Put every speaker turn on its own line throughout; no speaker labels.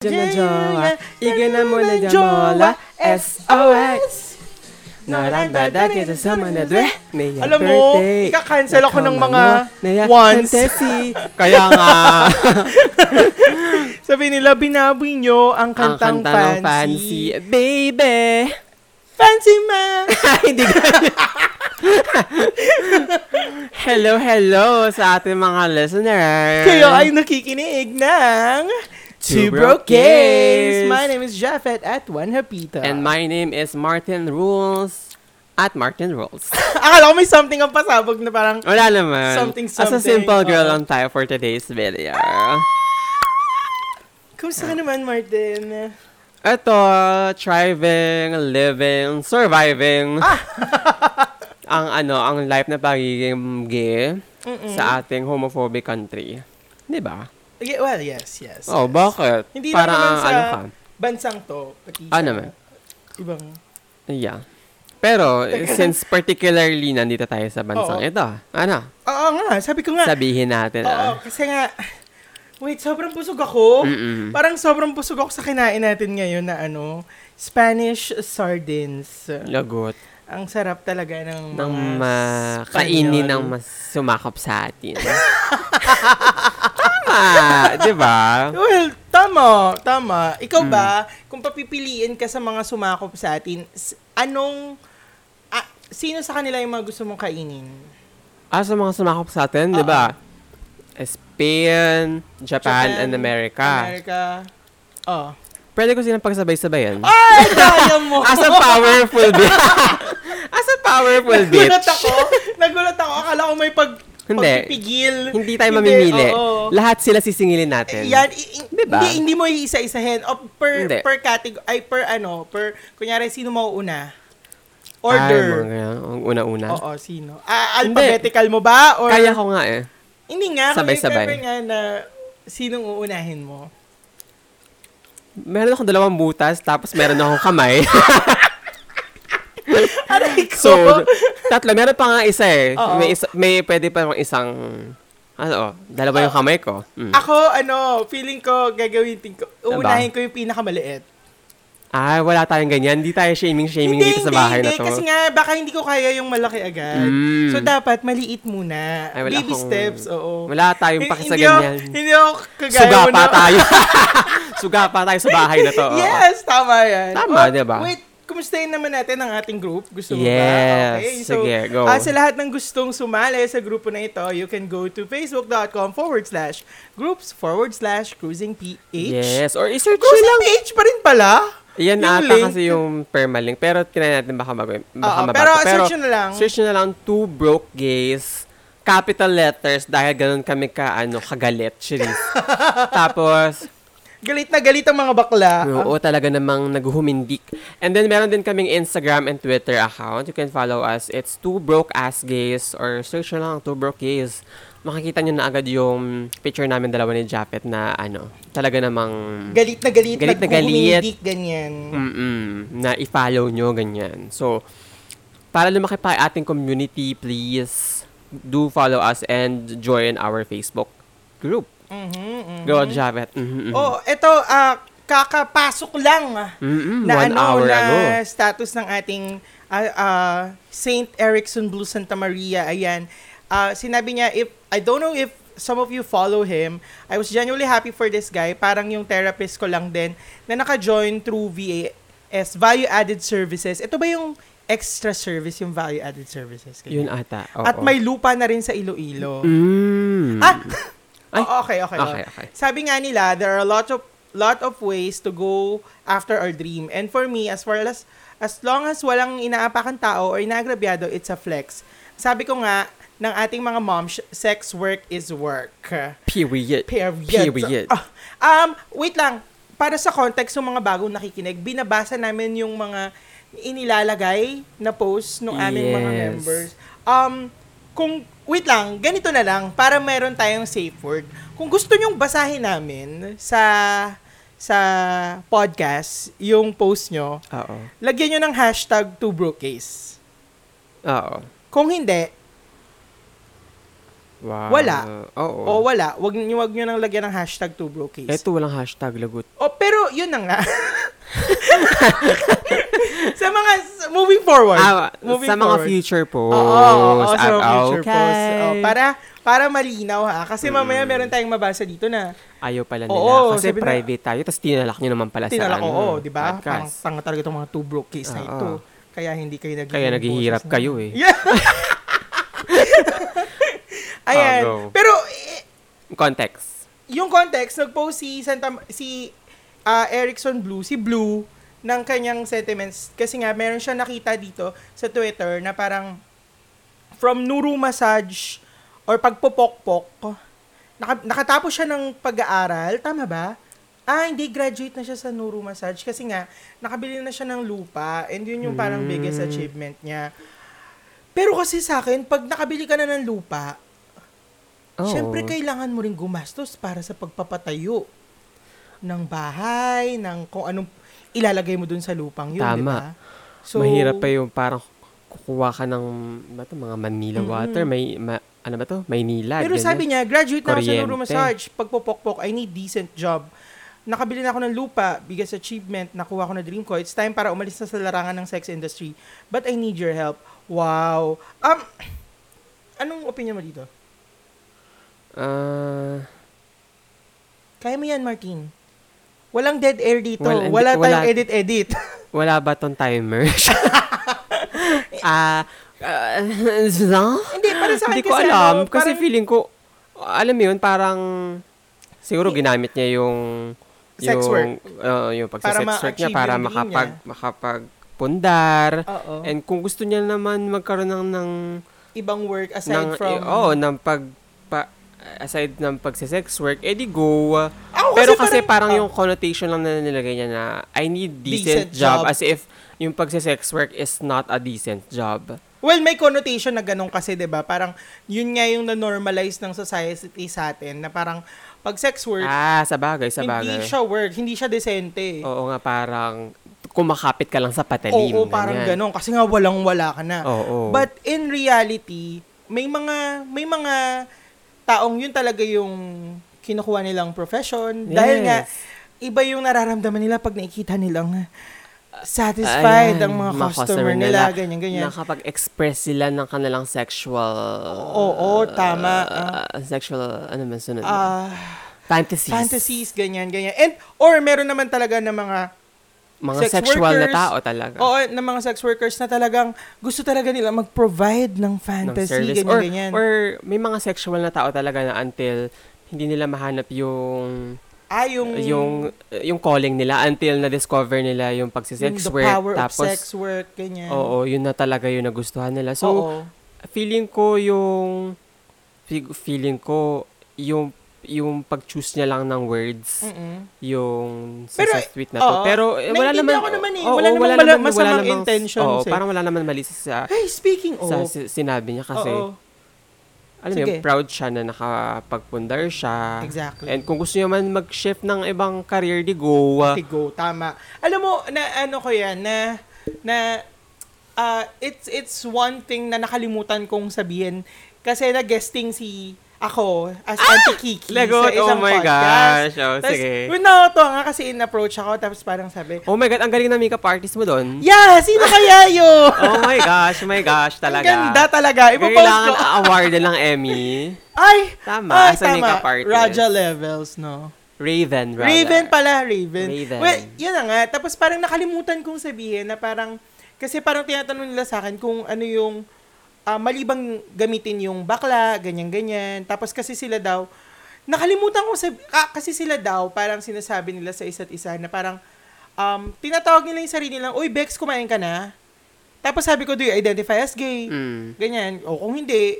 Diyan na jowa, igyan na muna dyan bola, SOS! Naranda da kita sa mga dwe, may
Alam mo,
birthday.
ika-cancel ako ng mga
Naya
once.
Fantasy.
Kaya nga. Sabi nila, binaboy nyo ang
Ang
kantang,
kanta ng
fancy.
fancy. Baby!
Fancy man!
Ay, hindi ko Hello, hello sa ating mga listeners.
Kayo ay nakikinig ng
Two
Two
Broke
Broke
Gays.
Gays. My name is Jafet at Juan Hapita.
And my name is Martin Rules at Martin Rules.
Akala ko may something ang pasabog na parang,
Wala naman.
Something,
As a
something,
simple girl
oo.
lang tayo for today's video.
Kumusta ka naman, Martin?
Ito, thriving, living, surviving.
Ah!
ang ano, ang life na pagiging gay sa ating homophobic country. 'Di ba?
Okay, well, yes, yes.
Oh,
yes.
bakit?
Hindi
Para
lang naman sa
ano ka?
bansang to. Pati
Ah,
sa
naman.
Ibang,
Yeah. Pero since particularly nandito tayo sa bansang
Oo.
ito, ano?
oo nga, sabi ko nga,
Sabihin natin ah.
Oo, kasi nga, wait, sobrang busog ako.
Mm-mm.
Parang sobrang busog ako sa kinain natin ngayon na ano, Spanish sardines.
Lagot.
Ang sarap talaga ng mga
Nang makainin ng mas sumakop sa atin. Tama! Di ba?
Well, tama, tama. Ikaw
Mm.
ba, kung papipiliin ka sa mga sumakop sa atin, s- anong, ah, sino sa kanila yung mga gusto mong kainin?
Ah, sa mga sumakop sa atin, di ba? Spain, Japan, and America.
America. Oh.
Pwede ko silang pagsabay-sabayan.
Ay, kaya mo!
As a powerful bitch. As a powerful
Nagulat
bitch.
ako. Nagulat ako. Akala ko may pag
Hindi.
pagpipigil.
Hindi tayo mamimili.
oo. Eh,
Lahat sila sisingilin natin.
Yan, i- i-
Diba?
hindi, hindi mo iisa-isahin. O, per,
Hindi.
per category, ay per ano, per, kunyari, sino mauuna?
Ay, mga
Order.
ganyan. Ang una-una.
Oo, sino? Ah, alphabetical mo ba? Or,
Kaya ko nga eh.
Hindi nga, kung
Sabay-sabay.
remember nga na sinong uunahin mo.
Meron akong dalawang butas, tapos meron akong kamay.
Aray ko.
So, tatlo. Meron pa nga isa eh.
Oo.
May, isa, may pwede pa akong isang, ano, oh, dalawa
Ah.
yung kamay ko. Mm.
ako, ano, feeling ko, gagawin
Diba?
ko, uunahin ko yung pinakamaliit.
Ah, wala tayong ganyan. Hindi tayo shaming-shaming
Hindi,
dito sa
hindi,
bahay na
hindi.
to.
Kasi nga, baka hindi ko kaya yung malaki agad.
Mm.
So, dapat maliit muna.
Ay, wala
Baby
akong-
steps, oo.
Wala tayong
Hindi-
paki sa
hindi ako-
ganyan.
Hindi ako kagaya
Suga
mo
pa
na-
tayo. Suga pa tayo sa bahay na to. oo.
yes, tama yan.
Tama,
Oh,
diba?
Wait, kumustahin naman natin ang ating group. Gusto mo
Yes,
ba? Okay, so,
sige, go.
ah, sa lahat ng gustong sumali sa grupo na ito, you can go to facebook.com forward slash groups forward slash cruising PH.
Yes. Or isearch nyo
Cruising
lang.
PH pa rin pala.
Yan
Yung
ata
link.
kasi yung permalink. Pero try natin baka mag- baka
Oo,
mabato.
pero search nyo na lang.
Search nyo na lang two broke gays capital letters dahil ganun kami ka ano kagalit Cherise. Tapos
Galit na galit ang mga bakla.
oo talaga namang naghuhumindik. And then meron din kaming Instagram and Twitter account. You can follow us. It's two broke ass gays or search nyo lang two broke gays. Makikita nyo na agad yung picture namin dalawa ni Japet na ano, talaga namang
galit na galit,
Galit na galit.
nagkukumindik, ganyan.
mm na i-follow nyo, ganyan. So, para lumaki pa yung ating community, please do follow us and join our Facebook group.
Mhm, mhm.
Go, Javet. Mhm, mhm.
Oh, eto, ah, kakapasok lang ah,
Mhm,
na
one
ano,
hour
na
ago.
status ng ating ah, ah, Saint Erickson Blue Santa Maria. Ayan. Ah, sinabi niya, if, I don't know if some of you follow him, I was genuinely happy for this guy. Parang yung therapist ko lang din na naka-join through VAS, Value Added Services. Ito ba yung extra service, yung Value Added Services?
Yun ata. oo.
At may lupa na rin sa Iloilo.
Mm.
Ah!
Ay.
Oo, okay, okay,
Okay,
okay,
okay.
Sabi nga nila, there are a lot of lot of ways to go after our dream. And for me, as far as as long as walang inaapakan tao or inaagrabyado, it's a flex. Sabi ko nga, ng ating mga moms, sex work is work.
Period.
Period.
Period.
Ah, um, wait lang. Para sa context ng mga bagong nakikinig, binabasa namin yung mga inilalagay na post ng aming mga
Yes.
members. Um, kung, wait lang, ganito na lang, para meron tayong safe word. Kung gusto nyong basahin namin sa sa podcast, yung post nyo,
Oo.
lagyan nyo ng hashtag 2 Kung hindi,
Wow.
Wala.
Oo.
O wala, wag niyo wag niyo nang lagyan ng hashtag two bro case.
Ito walang hashtag lagot.
Oh, pero yun na nga. sa mga s- moving forward.
Ah,
moving
sa mga future posts.
Oo, oo, oo, sa
Ah,
mga future
okay.
posts. Oh, para para malinaw ha kasi
Mm.
mamaya meron tayong mabasa dito na
Ayaw pala nila.
Oo,
kasi
sabi na-
private tayo. Tapos tinalak nyo naman pala sa
tinalak
ano,
oo, 'di ba? Pang
podcast.
tanga talaga itong mga two broke case na
Oo.
ito. Kaya hindi kayo nagiging
Kaya naghihirap
boses na-
kayo eh.
Yeah. Ayan.
Oh, go.
Pero eh,
Context.
yung context, nag-post si, Santa, si ah, Erickson Blue, si Blue, ng kanyang sentiments. Kasi nga, meron siya nakita dito sa Twitter na parang from Nuru Massage or pagpupokpok, naka- nakatapos siya ng pag-aaral, tama ba? Ah, hindi, graduate na siya sa Nuru Massage kasi nga, nakabili na siya ng lupa and yun yung parang biggest achievement niya. Pero kasi sa akin, pag nakabili ka na ng lupa,
Oo.
Siyempre, kailangan mo rin gumastos para sa pagpapatayo ng bahay, ng kung anong ilalagay mo dun sa lupang yun, di ba?
Tama. Mahirap pa yung parang kukuha ka ng ba to, mga Manila water. May, ma- ano ba to? Maynila.
Mm-hmm. Pero sabi niya, graduate na ako sa
Kuryente.
neuro massage. Pagpopokpok, I need decent job. Nakabili na ako ng lupa, biggest achievement, nakuha ko na dream ko. It's time para umalis na sa larangan ng sex industry. But I need your help. Wow. Um, anong opinion mo dito?
Ah.
Kaya mo yan, Martin. Walang dead air dito.
Wala- hindi-
wala tayong
wala-
edit-edit.
wala ba tong timer? Ah... ah,
Hindi, para sa akin
Hindi ko
kasi
alam.
ano,
kasi
parang-
feeling ko, alam mo yun, parang, siguro ginamit niya yung,
Sex
yung,
work.
oo, yung pagsa-sex
Para
work niya
ma-achieve
para
yung dream
makapag,
niya.
makapagpundar.
Oo.
And kung gusto niya naman magkaroon ng, ng,
ibang work aside
ng
from...
eh, oo, ng pag, pa- aside ng pagsa-sex work, edi go.
Ako Ah, oh, kasi
Pero kasi parang,
parang- ah.
yung connotation lang na nilagay niya na, I need
Decent
decent, job.
job.
As if, yung pagsa-sex work is not a decent job.
Well, may connotation na ganun kasi, 'di ba Parang yun nga yung na-normalize ng society sa atin na parang pag sex work,
Ah, sa bagay, sa bagay.
hindi siya eh. work, hindi siya desente.
Oo nga, parang kumakapit ka lang sa patalim.
Oo, parang
ganyan.
ganun. Kasi nga walang-wala ka na.
Oo.
But in reality, may mga may mga taong yun talaga yung kinukuha nilang profession.
Yes.
Dahil nga, iba yung nararamdaman nila pag nakikita nilang ah, satisfied
Ayan,
ang mga, customer nila, ganyan-ganyan.
Nakapag-express sila ng kanilang sexual...
Oo, tama.
uh, sexual, ano man sunod? na?
Ah,
fantasies.
fantasies, ganyan, ganyan. And, or meron naman talaga ng mga,
Mga
sex
sexual
workers.
na tao talaga.
oo, ng mga sex workers na talagang gusto talaga nila mag-provide ng
ng
fantasy,
service.
ganyan,
or,
ganyan.
or may mga sexual na tao talaga na until hindi nila mahanap yung
ah, yung,
yung yung calling nila until na discover nila yung
yung
pagsi-sex
the
work
power of
tapos
sex work, ganyan.
oo yun na talaga yung nagustuhan nila so
Oo.
feeling ko yung fig- feeling ko yung yung pag-choose niya lang ng words
Mm-mm.
yung sa,
Pero,
sa tweet na to.
oo.
Pero eh, wala naman,
Naiintindihan ko naman eh.
oo,
Wala namang mala- masamang
namang-
intentions
oo,
eh.
parang wala naman mali sa, sa,
Hey, speaking
sa
of,
si- sinabi niya kasi
oo,
alam mo yun,
Sige.
proud siya na nakapagpundar siya.
Exactly.
And kung gusto niya man mag-shift ng ibang career, di go.
to go, tama. Alam mo, na ano ko yan, na, na, ah, it's, it's one thing na nakalimutan kong sabihin kasi na-guesting si ako as Auntie Kiki
Lagot!
sa
Ah! Oh
isang
my
podcast.
gosh! Oh,
Tapos,
sige.
yun na to nga kasi in-approach ako tapos parang sabi,
Oh my God, ang galing na makeup artist mo doon.
Yeah! Sino kaya yun?
Oh my gosh, oh my gosh,
Ang
talaga.
ganda talaga. Ipapost
Kailangan
ko.
award ng Emmy.
Ay!
Tama,
Ay,
as a makeup artist.
Raja levels, no?
Raven, rather.
Raven pala, Raven.
Raven.
Well, yun na nga. Tapos parang nakalimutan kong sabihin na parang, kasi parang tinatanong nila sa akin kung ano yung ah, malibang gamitin yung bakla, ganyan-ganyan. Tapos kasi sila daw, nakalimutan kong sabi, ka- kasi sila daw, parang sinasabi nila sa isa't isa na parang, um, tinatawag nila yung sarili nilang, Uy, Bex, kumain ka na? Tapos sabi ko, do you identify as gay?
Mm.
Ganyan. O kung hindi,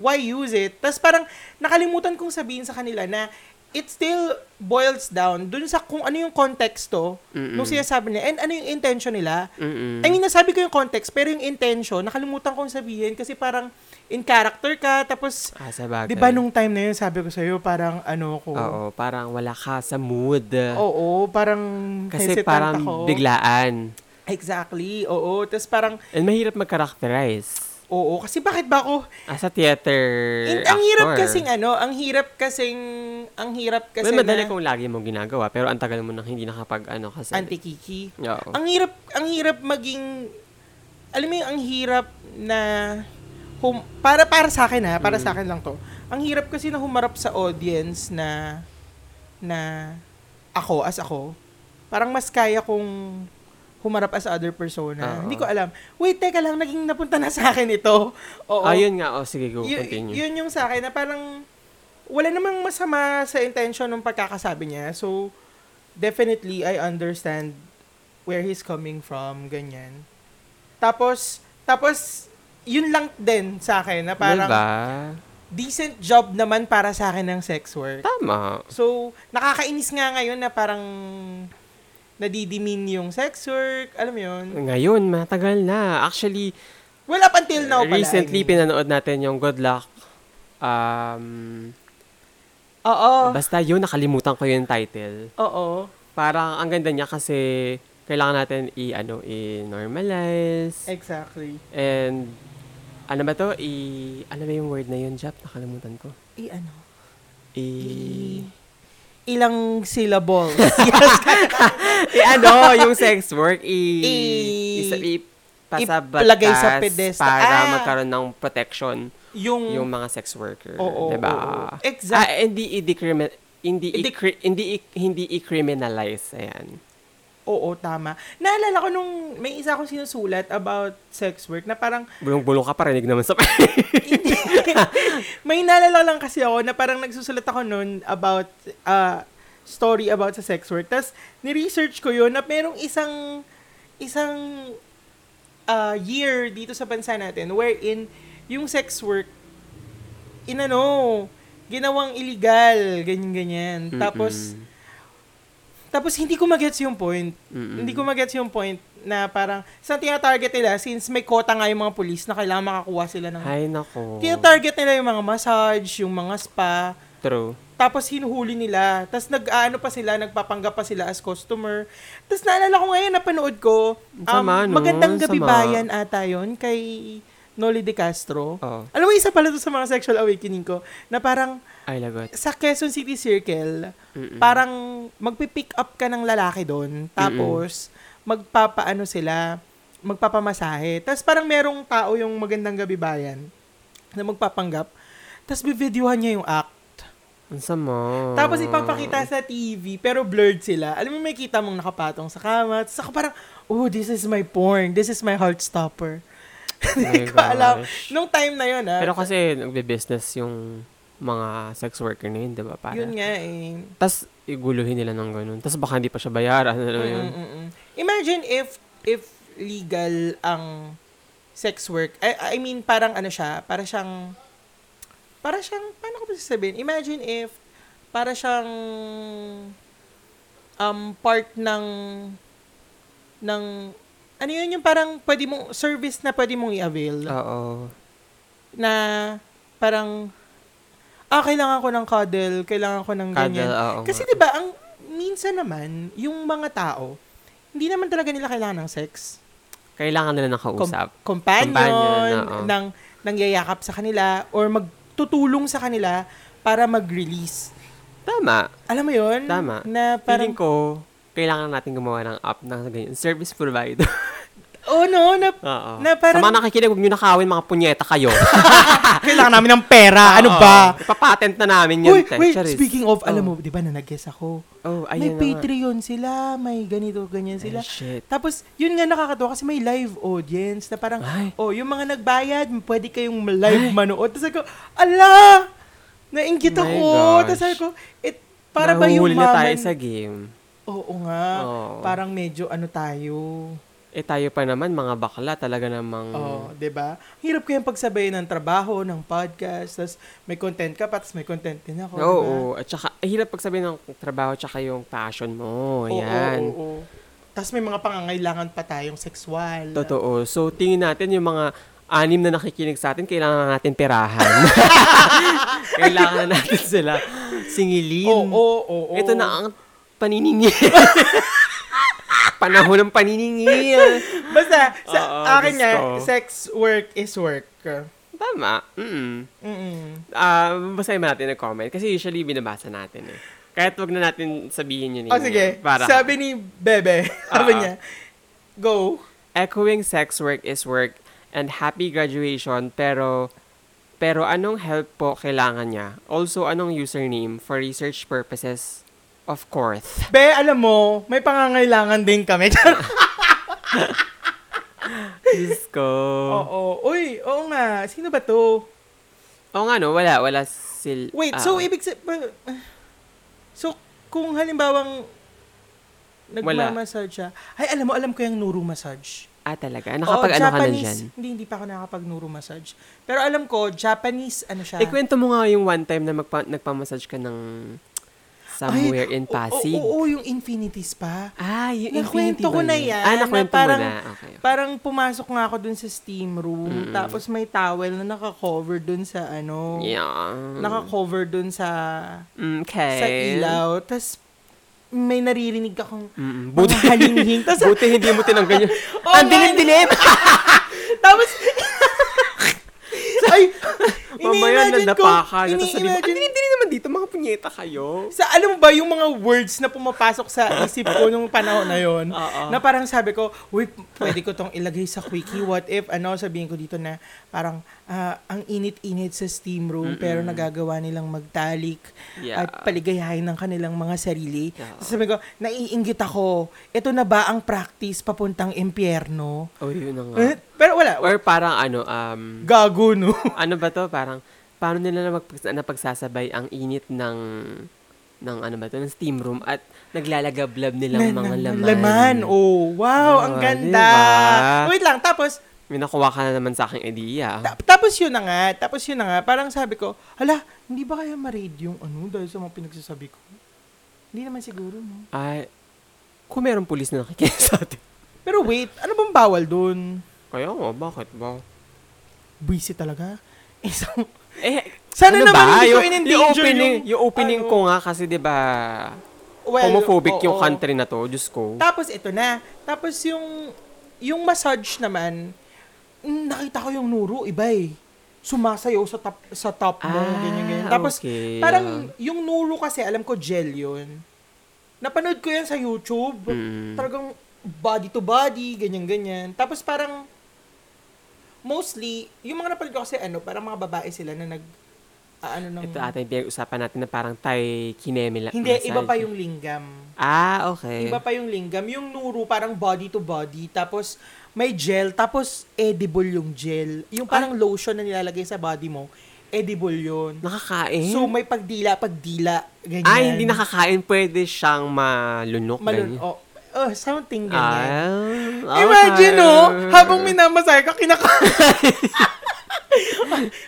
why use it? Tapos parang nakalimutan kong sabihin sa kanila na it still boils down dun sa kung ano yung konteksto
Mm-mm.
nung sinasabi nila and ano yung intention nila.
Mm-mm.
I mean, nasabi ko yung context, pero yung intention, nakalimutan kong sabihin kasi parang in character ka, tapos,
Ah, sa bagay.
di ba nung time na yun, sabi ko sa'yo, parang ano ko, oo,
Oo, parang wala ka sa mood.
parang
Kasi
hesitant
parang
ako.
biglaan.
Exactly, oo. Tapos parang,
And mahirap mag-characterize.
Oo, kasi bakit ba ako?
As a theater
And ang hirap
Eh, actor.
kasing ano, ang hirap kasing, ang hirap kasi
Well, madali
na,
kung lagi mo ginagawa, pero ang tagal mo nang hindi nakapag, ano, kasi...
anti-kiki.
Oo.
Ang hirap, ang hirap maging, alam mo yung ang hirap na, hum, para, para sa akin ha, para
Mm.
sa akin lang to. Ang hirap kasi na humarap sa audience na, na ako, as ako, parang mas kaya kung humarap as other
Oo.
persona. Hindi ko alam. Wait, teka lang, naging napunta na sa akin ito. Oo.
Ayun nga, oh, sige, go,
Y-
continue.
yun yung sa akin na parang wala namang masama sa intention ng pagkakasabi niya. So, definitely, I understand where he's coming from, ganyan. Tapos, tapos, yun lang din sa akin na parang
diba?
decent job naman para sa akin ng sex work.
Tama.
So, nakakainis nga ngayon na parang nadidimin yung sex work, alam mo yun.
Ngayon, matagal na. Actually,
Well, up until now pala. I
recently,
mean.
pinanood natin yung Good Luck. Um,
Oo,
basta yun, nakalimutan ko yung title.
oo.
Parang ang ganda niya kasi kailangan natin i, ano, i-normalize.
Exactly.
And, ano ba to? I, ano ba yung word na yun, Jap? Nakalimutan ko.
I ano?
I,
ilang syllables.
I ano, yung sex work, i,
I-
isa- i, pasabatas
Ipalagay sa pedestal.
para
Ah!
magkaroon ng protection
yung,
yung mga diba? sex worker,
Oo,
'di ba?
oo, oo. Exact-
Ah, hindi i-decrimi- hindi
Hindi-
i-cri- hindi i- hindi i-criminalize, ayan.
oo, tama. Naalala ko nung may isa akong sinusulat about sex work na parang,
Bulong-bulong ka parinig naman sa
may naalala lang kasi ako na parang nagsusulat ako noon about uh, story about sa sex work. Tapos, ni-research ko yun na merong isang, isang uh, year dito sa bansa natin wherein yung sex work, inano, ginawang illegal, ganyan-ganyan. Tapos,
Mm-mm.
Tapos hindi ko magets yung point.
Mm-mm.
Hindi ko magets yung point na parang saan tina-target nila since may quota nga yung mga pulis na kailangan makakuha sila ng
Ay nako.
tina-target nila yung mga massage, yung mga spa,
True.
tapos hinuhuli nila. Tapos nag-ano pa sila, nagpapanggap pa sila as customer. Tapos naalala ko ngayon, napanood ko, um,
Sama, no?
Magandang Gabi
Sama.
Bayan ata yun kay Nolly De Castro.
Oh,
Alam mo, isa pala to sa mga sexual awakening ko na parang
ay lagot.
sa Quezon City Circle,
Mm-mm.
parang magpipick up ka ng lalaki doon, tapos magpapaano sila, magpapamasahe. Tapos parang merong tao yung magandang gabi bayan na magpapanggap, tapos bibidyohan niya yung act.
Ang sama.
Tapos ipapakita sa TV, pero blurred sila. Alam mo, may kita mong nakapatong sa kama. Tapos ako parang, oh, this is my porn. This is my heart stopper.
My
Hindi ko alam.
gosh.
Nung time na yun, ah.
Pero kasi nagbe-business yung mga sex worker na yun, 'di ba? Para.
yun nga eh.
Tapos iguluhin nila ng ganun. Tapos baka hindi pa siya bayaran, ano
Mm,
yun?
mm, mm. Imagine if if legal ang sex work. I, I mean, parang ano siya, para siyang, para siyang, paano ko ba sasabihin? Imagine if, para siyang, um, part ng, ng, ano yun yung parang pwede mong, service na pwede mong i-avail.
Oo.
na, parang, ah, kailangan ko ng cuddle, kailangan ko ng ganyan.
Kada, oo.
Kasi
Kasi
'di ba ang minsan naman yung mga tao hindi naman talaga nila kailangan ng sex.
kailangan nila
Com-
nakausap.
companion,
Companion, oo.
ng nangyayakap sa kanila or magtutulong sa kanila para mag-release.
Tama.
Alam mo 'yon?
Tama.
Na
Feeling
parang
ko, kailangan natin gumawa ng app na ganyan. Service provider.
oh no, na
Oo.
Na parang-
Sa mga nakikinig, huwag nyo nakawin, mga punyeta kayo.
Ah, kailangan namin ng pera. Ano
Oo.
ba?
Ipapatent na namin yun.
Uy,
te.
wait,
Charis.
speaking of, alam
Oh.
mo, 'di ba na nag-guess ako?
Oh,
may
ayun na nga.
Patreon sila, may ganito, ganyan
Ay,
sila.
shit.
Tapos, yun nga nakakatawa kasi may live audience na parang,
Ay.
oh, yung mga nagbayad, pwede kayong live manood. Tapos ako, ala! Nainggit
Oh My
ako.
gosh.
Tapos ako, it, para ba yung
Nahuhuli na
maman?
tayo sa game.
Oo nga.
Oo.
Parang medyo ano tayo.
Eh, tayo pa naman, mga bakla, talaga namang...
Oh, 'di ba? Hirap ko yung pagsabay ng trabaho, ng podcast, tapos may content ka pa, tapos may content din ako.
Oo,
'di ba?
at saka, eh, hirap pagsabihin ng trabaho, tsaka yung passion mo.
Oo,
Ayan.
oo, oo. Tapos may mga pangangailangan pa tayong sexual.
Totoo. So, tingin natin yung mga anim na nakikinig sa atin, kailangan natin perahan. kailangan natin sila singilin.
Oo, oo, oo.
Ito na ang paniningi. Panahon ng paniningi.
Basta, sa
Oo,
akin
gusto.
nga, sex work is work.
Tama. Mm.
Mm-mm.
Ah, basahin ba natin ang comment? Kasi usually binabasa natin eh. Kahit wag na natin sabihin yun. yun
O Ah, sige,
yun, Para Ah.
sabi ni Bebe, sabi
Oo.
niya, go.
echoing sex work is work and happy graduation pero pero anong help po kailangan niya? Also, anong username for research purposes? Of course.
Be, alam mo, may pangangailangan din kami.
Diyos ko.
oo. Uy, oo nga. Sino ba to?
Oo nga no, wala. Wala sil... ah,
Wait, so ibig sa... ba- ah, So, kung halimbawang
Wala.
nagmamassage siya. Ay, alam mo, alam ko yung nuro massage.
Ah, talaga?
Oo,
Nakapag-ano ka na
Oh, Japanese-
dyan?
Hindi, hindi pa ako nakakapag nuro massage. Pero alam ko, Japanese, ano siya?
Ikwento mo nga yung one time na magpa- nagpamassage ka ng somewhere in
oo,
Pasig.
Oo, oo, yung Infinity Spa.
Ah, yung
Nakwento
Infinity
ko
ba
na
yun?
yan,
Ah,
na
nakwento
parang-
mo na. Okay.
Parang pumasok nga ako dun sa steam room,
Mm-mm.
tapos may towel na naka-cover dun sa ano,
Yeah. Mm,
naka-cover dun sa
Okay.
sa ilaw. Tapos may naririnig akong
Mm-mm.
Buti.
Buti,
Halinghin. Tapos,
buti hindi mo tinanggal yun.
Oo
Ang
nga.
dilim-dilim!
tapos, ay,
Mamaya
ini-imagine
na
ko,
napaka. ano, Tapos sabi mo, ang
ini-imagine-
dilim-dilim naman dito, mga punyeta kayo.
sa alam mo ba yung mga words na pumapasok sa isip ko nung panahon na yon
Oo.
na parang sabi ko uy pwede ko tong ilagay sa quickie what if ano sabihin ko dito na parang ah, ang init-init sa steam room pero nagagawa nilang magtalik
Yeah.
at paligayahin ng kanilang mga sarili
Yeah.
Tapos sabi ko naiinggit ako ito na ba ang practice papuntang impyerno
Oh, yun na nga.
Eh, pero wala
Or parang ano, um,
gago no
ano ba to? Parang, paano nila na magpags- napagsasabay ang init ng ng ano ba to, ng steam room at naglalagablab nilang
Na-
mga
na-
laman.
laman oh wow ang
Oh,
ganda
diba?
wait lang tapos
May nakuha ka na naman sa aking idea.
Ta- tapos yun na nga, tapos yun na nga, parang sabi ko, hala, hindi ba kaya ma-raid yung ano dahil sa mga pinagsasabi ko? Hindi naman siguro, no?
Ay, kung mayroong pulis na nakikinig sa atin.
Pero wait, ano bang bawal dun?
Kaya nga, bakit ba?
Busy talaga. Isang,
Eh,
Sana naman hindi ko
Yung-
in-endanger
yung opening,
yung-
yung opening
ano.
ko nga kasi 'di ba
well,
homophobic
oo.
yung country na to, Diyos ko.
Tapos ito na, tapos yung, yung massage naman, mm, nakita ko yung Nuro, iba eh. Sumasayaw sa top, sa top mo,
Ah,
ganyan, ganyan. Tapos,
okay.
parang yung Nuro kasi, alam ko, gel yun. Napanood ko yan sa YouTube.
Mm.
Talagang body to body, ganyan-ganyan. Tapos parang, mostly, yung mga napanood ko kasi ano, parang mga babae sila na nag, ah, ano ng,
Ito ata yung pinag-usapan natin na parang Thai kinemila.
hindi, iba pa yung linggam.
Ah, okay.
Iba pa yung linggam. Yung nuru, parang body to body. Tapos, may gel. Tapos, edible yung gel. Yung parang lotion na nilalagay sa body mo, edible yun.
Nakakain?
So, may pagdila, pagdila. Ganyan.
ah, hindi nakakain. Pwede siyang malunok. ganyan.
Malun, oh, oh, something ganyan.
Ah, okay.
Imagine, oh, habang minamasay ka, kinakain.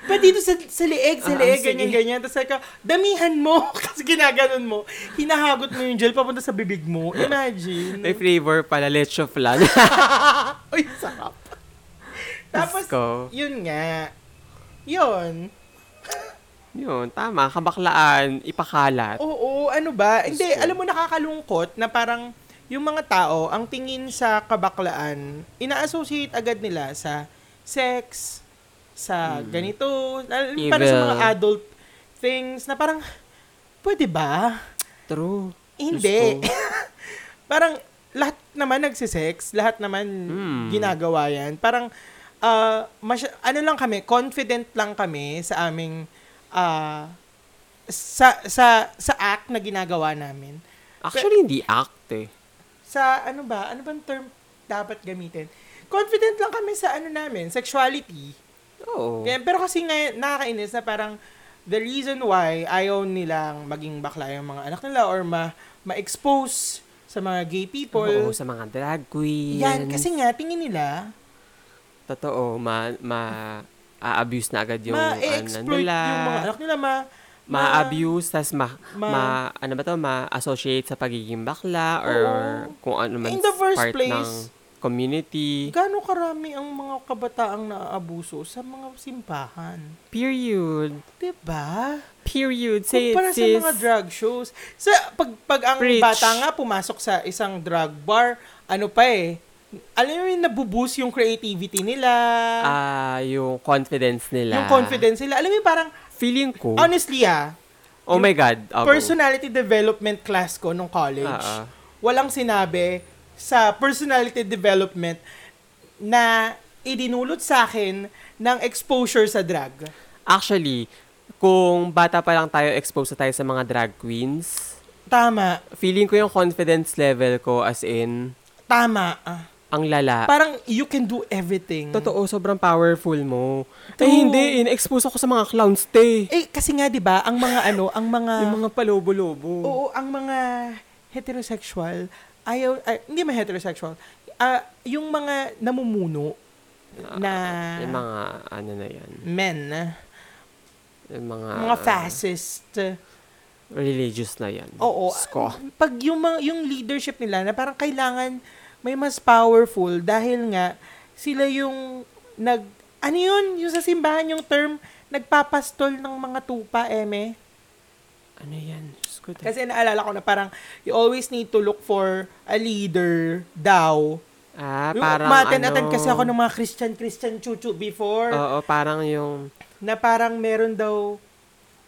pa dito sa, sa leeg, sa
Ah,
leeg,
sige.
ganyan, ganyan. Tapos sabi ka, damihan mo. Kasi ginaganon mo. Hinahagot mo yung gel papunta sa bibig mo. Imagine.
May flavor pala, leche flan.
Uy, sarap. Tapos,
Diyos ko.
yun nga. Yun.
Yun, tama. Kabaklaan, ipakalat.
Oo, ano ba? Hindi,
ko.
alam mo, nakakalungkot na parang yung mga tao, ang tingin sa kabaklaan, ina-associate agad nila sa sex, sa ganito, alam mo, parang sa
Hmm. Evil.
mga adult things na parang, pwede ba?
True.
Hindi.
Diyos
parang lahat naman nagsisex, lahat naman
Hmm.
ginagawa yan. Parang, ah, masya- ano lang kami, confident lang kami sa aming, ah, sa, sa, sa act na ginagawa namin.
Actually, hindi act eh.
Sa, ano ba, ano bang term dapat gamitin? Confident lang kami sa ano namin, sexuality.
Oo.
Kaya- pero kasi nga, nakakainis na parang the reason why ayaw nilang maging bakla yung mga anak nila or ma- ma-expose sa mga gay people.
Oo, sa mga drag queens.
Yan, kasi nga, tingin nila,
Totoo, ma... ma a-abuse na agad yung ano
ma-exploit
nila.
yung mga anak nila, ma-
ma-abuse, tas ma, ma,
ma-
ano ba to, ma-associate sa pagiging bakla or
Oo.
kung ano man
In the first
part
place,
ng community.
Gaano karami ang mga kabataang naaabuso sa mga simbahan?
Period.
'Di ba?
Period. Say
Kumpara
it,
sa
sis.
mga drug shows. Sa pag pag ang
Preach.
bata nga pumasok sa isang drug bar, ano pa eh, alam mo yung nabubus yung creativity nila,
Ah, yung confidence nila.
yung confidence nila. Alam mo yung parang,
Feeling ko.
honestly ah,
oh my God. ako.
personality development class ko nung college,
Ah, ah.
walang sinabi sa personality development na idinulot sa akin ng exposure sa drug.
Actually, kung bata pa lang tayo, exposed na tayo sa mga drag queens.
Tama,
Feeling ko yung confidence level ko as in,
tama. ah.
ang lala.
Parang you can do everything.
Totoo, sobrang powerful mo. Eh,
True.
hindi. In-expose ako sa mga clowns, te.
Eh, kasi nga, di ba, ang mga ano, ang mga,
yung mga palobo-lobo.
oo, ang mga heterosexual, ayaw, ay, hindi man heterosexual, ah, yung mga namumuno na
Ah, yung mga, ano na yan.
men,
Yung mga...
mga fascist,
Religious na yan.
oo,
Sko.
pag yung, mga, yung leadership nila na parang kailangan may mas powerful dahil nga sila yung nag, ano yun, yung sa simbahan yung term, nagpapastol ng mga tupa, eme.
Ano yan? Diyos ko, te.
Kasi naalala ko na parang you always need to look for a leader daw.
ah,
Yung
parang ano,
Umaten-aten
Oh.
kasi ako ng mga Christian-Christian chuchu before
Oo, parang yung...
na parang meron daw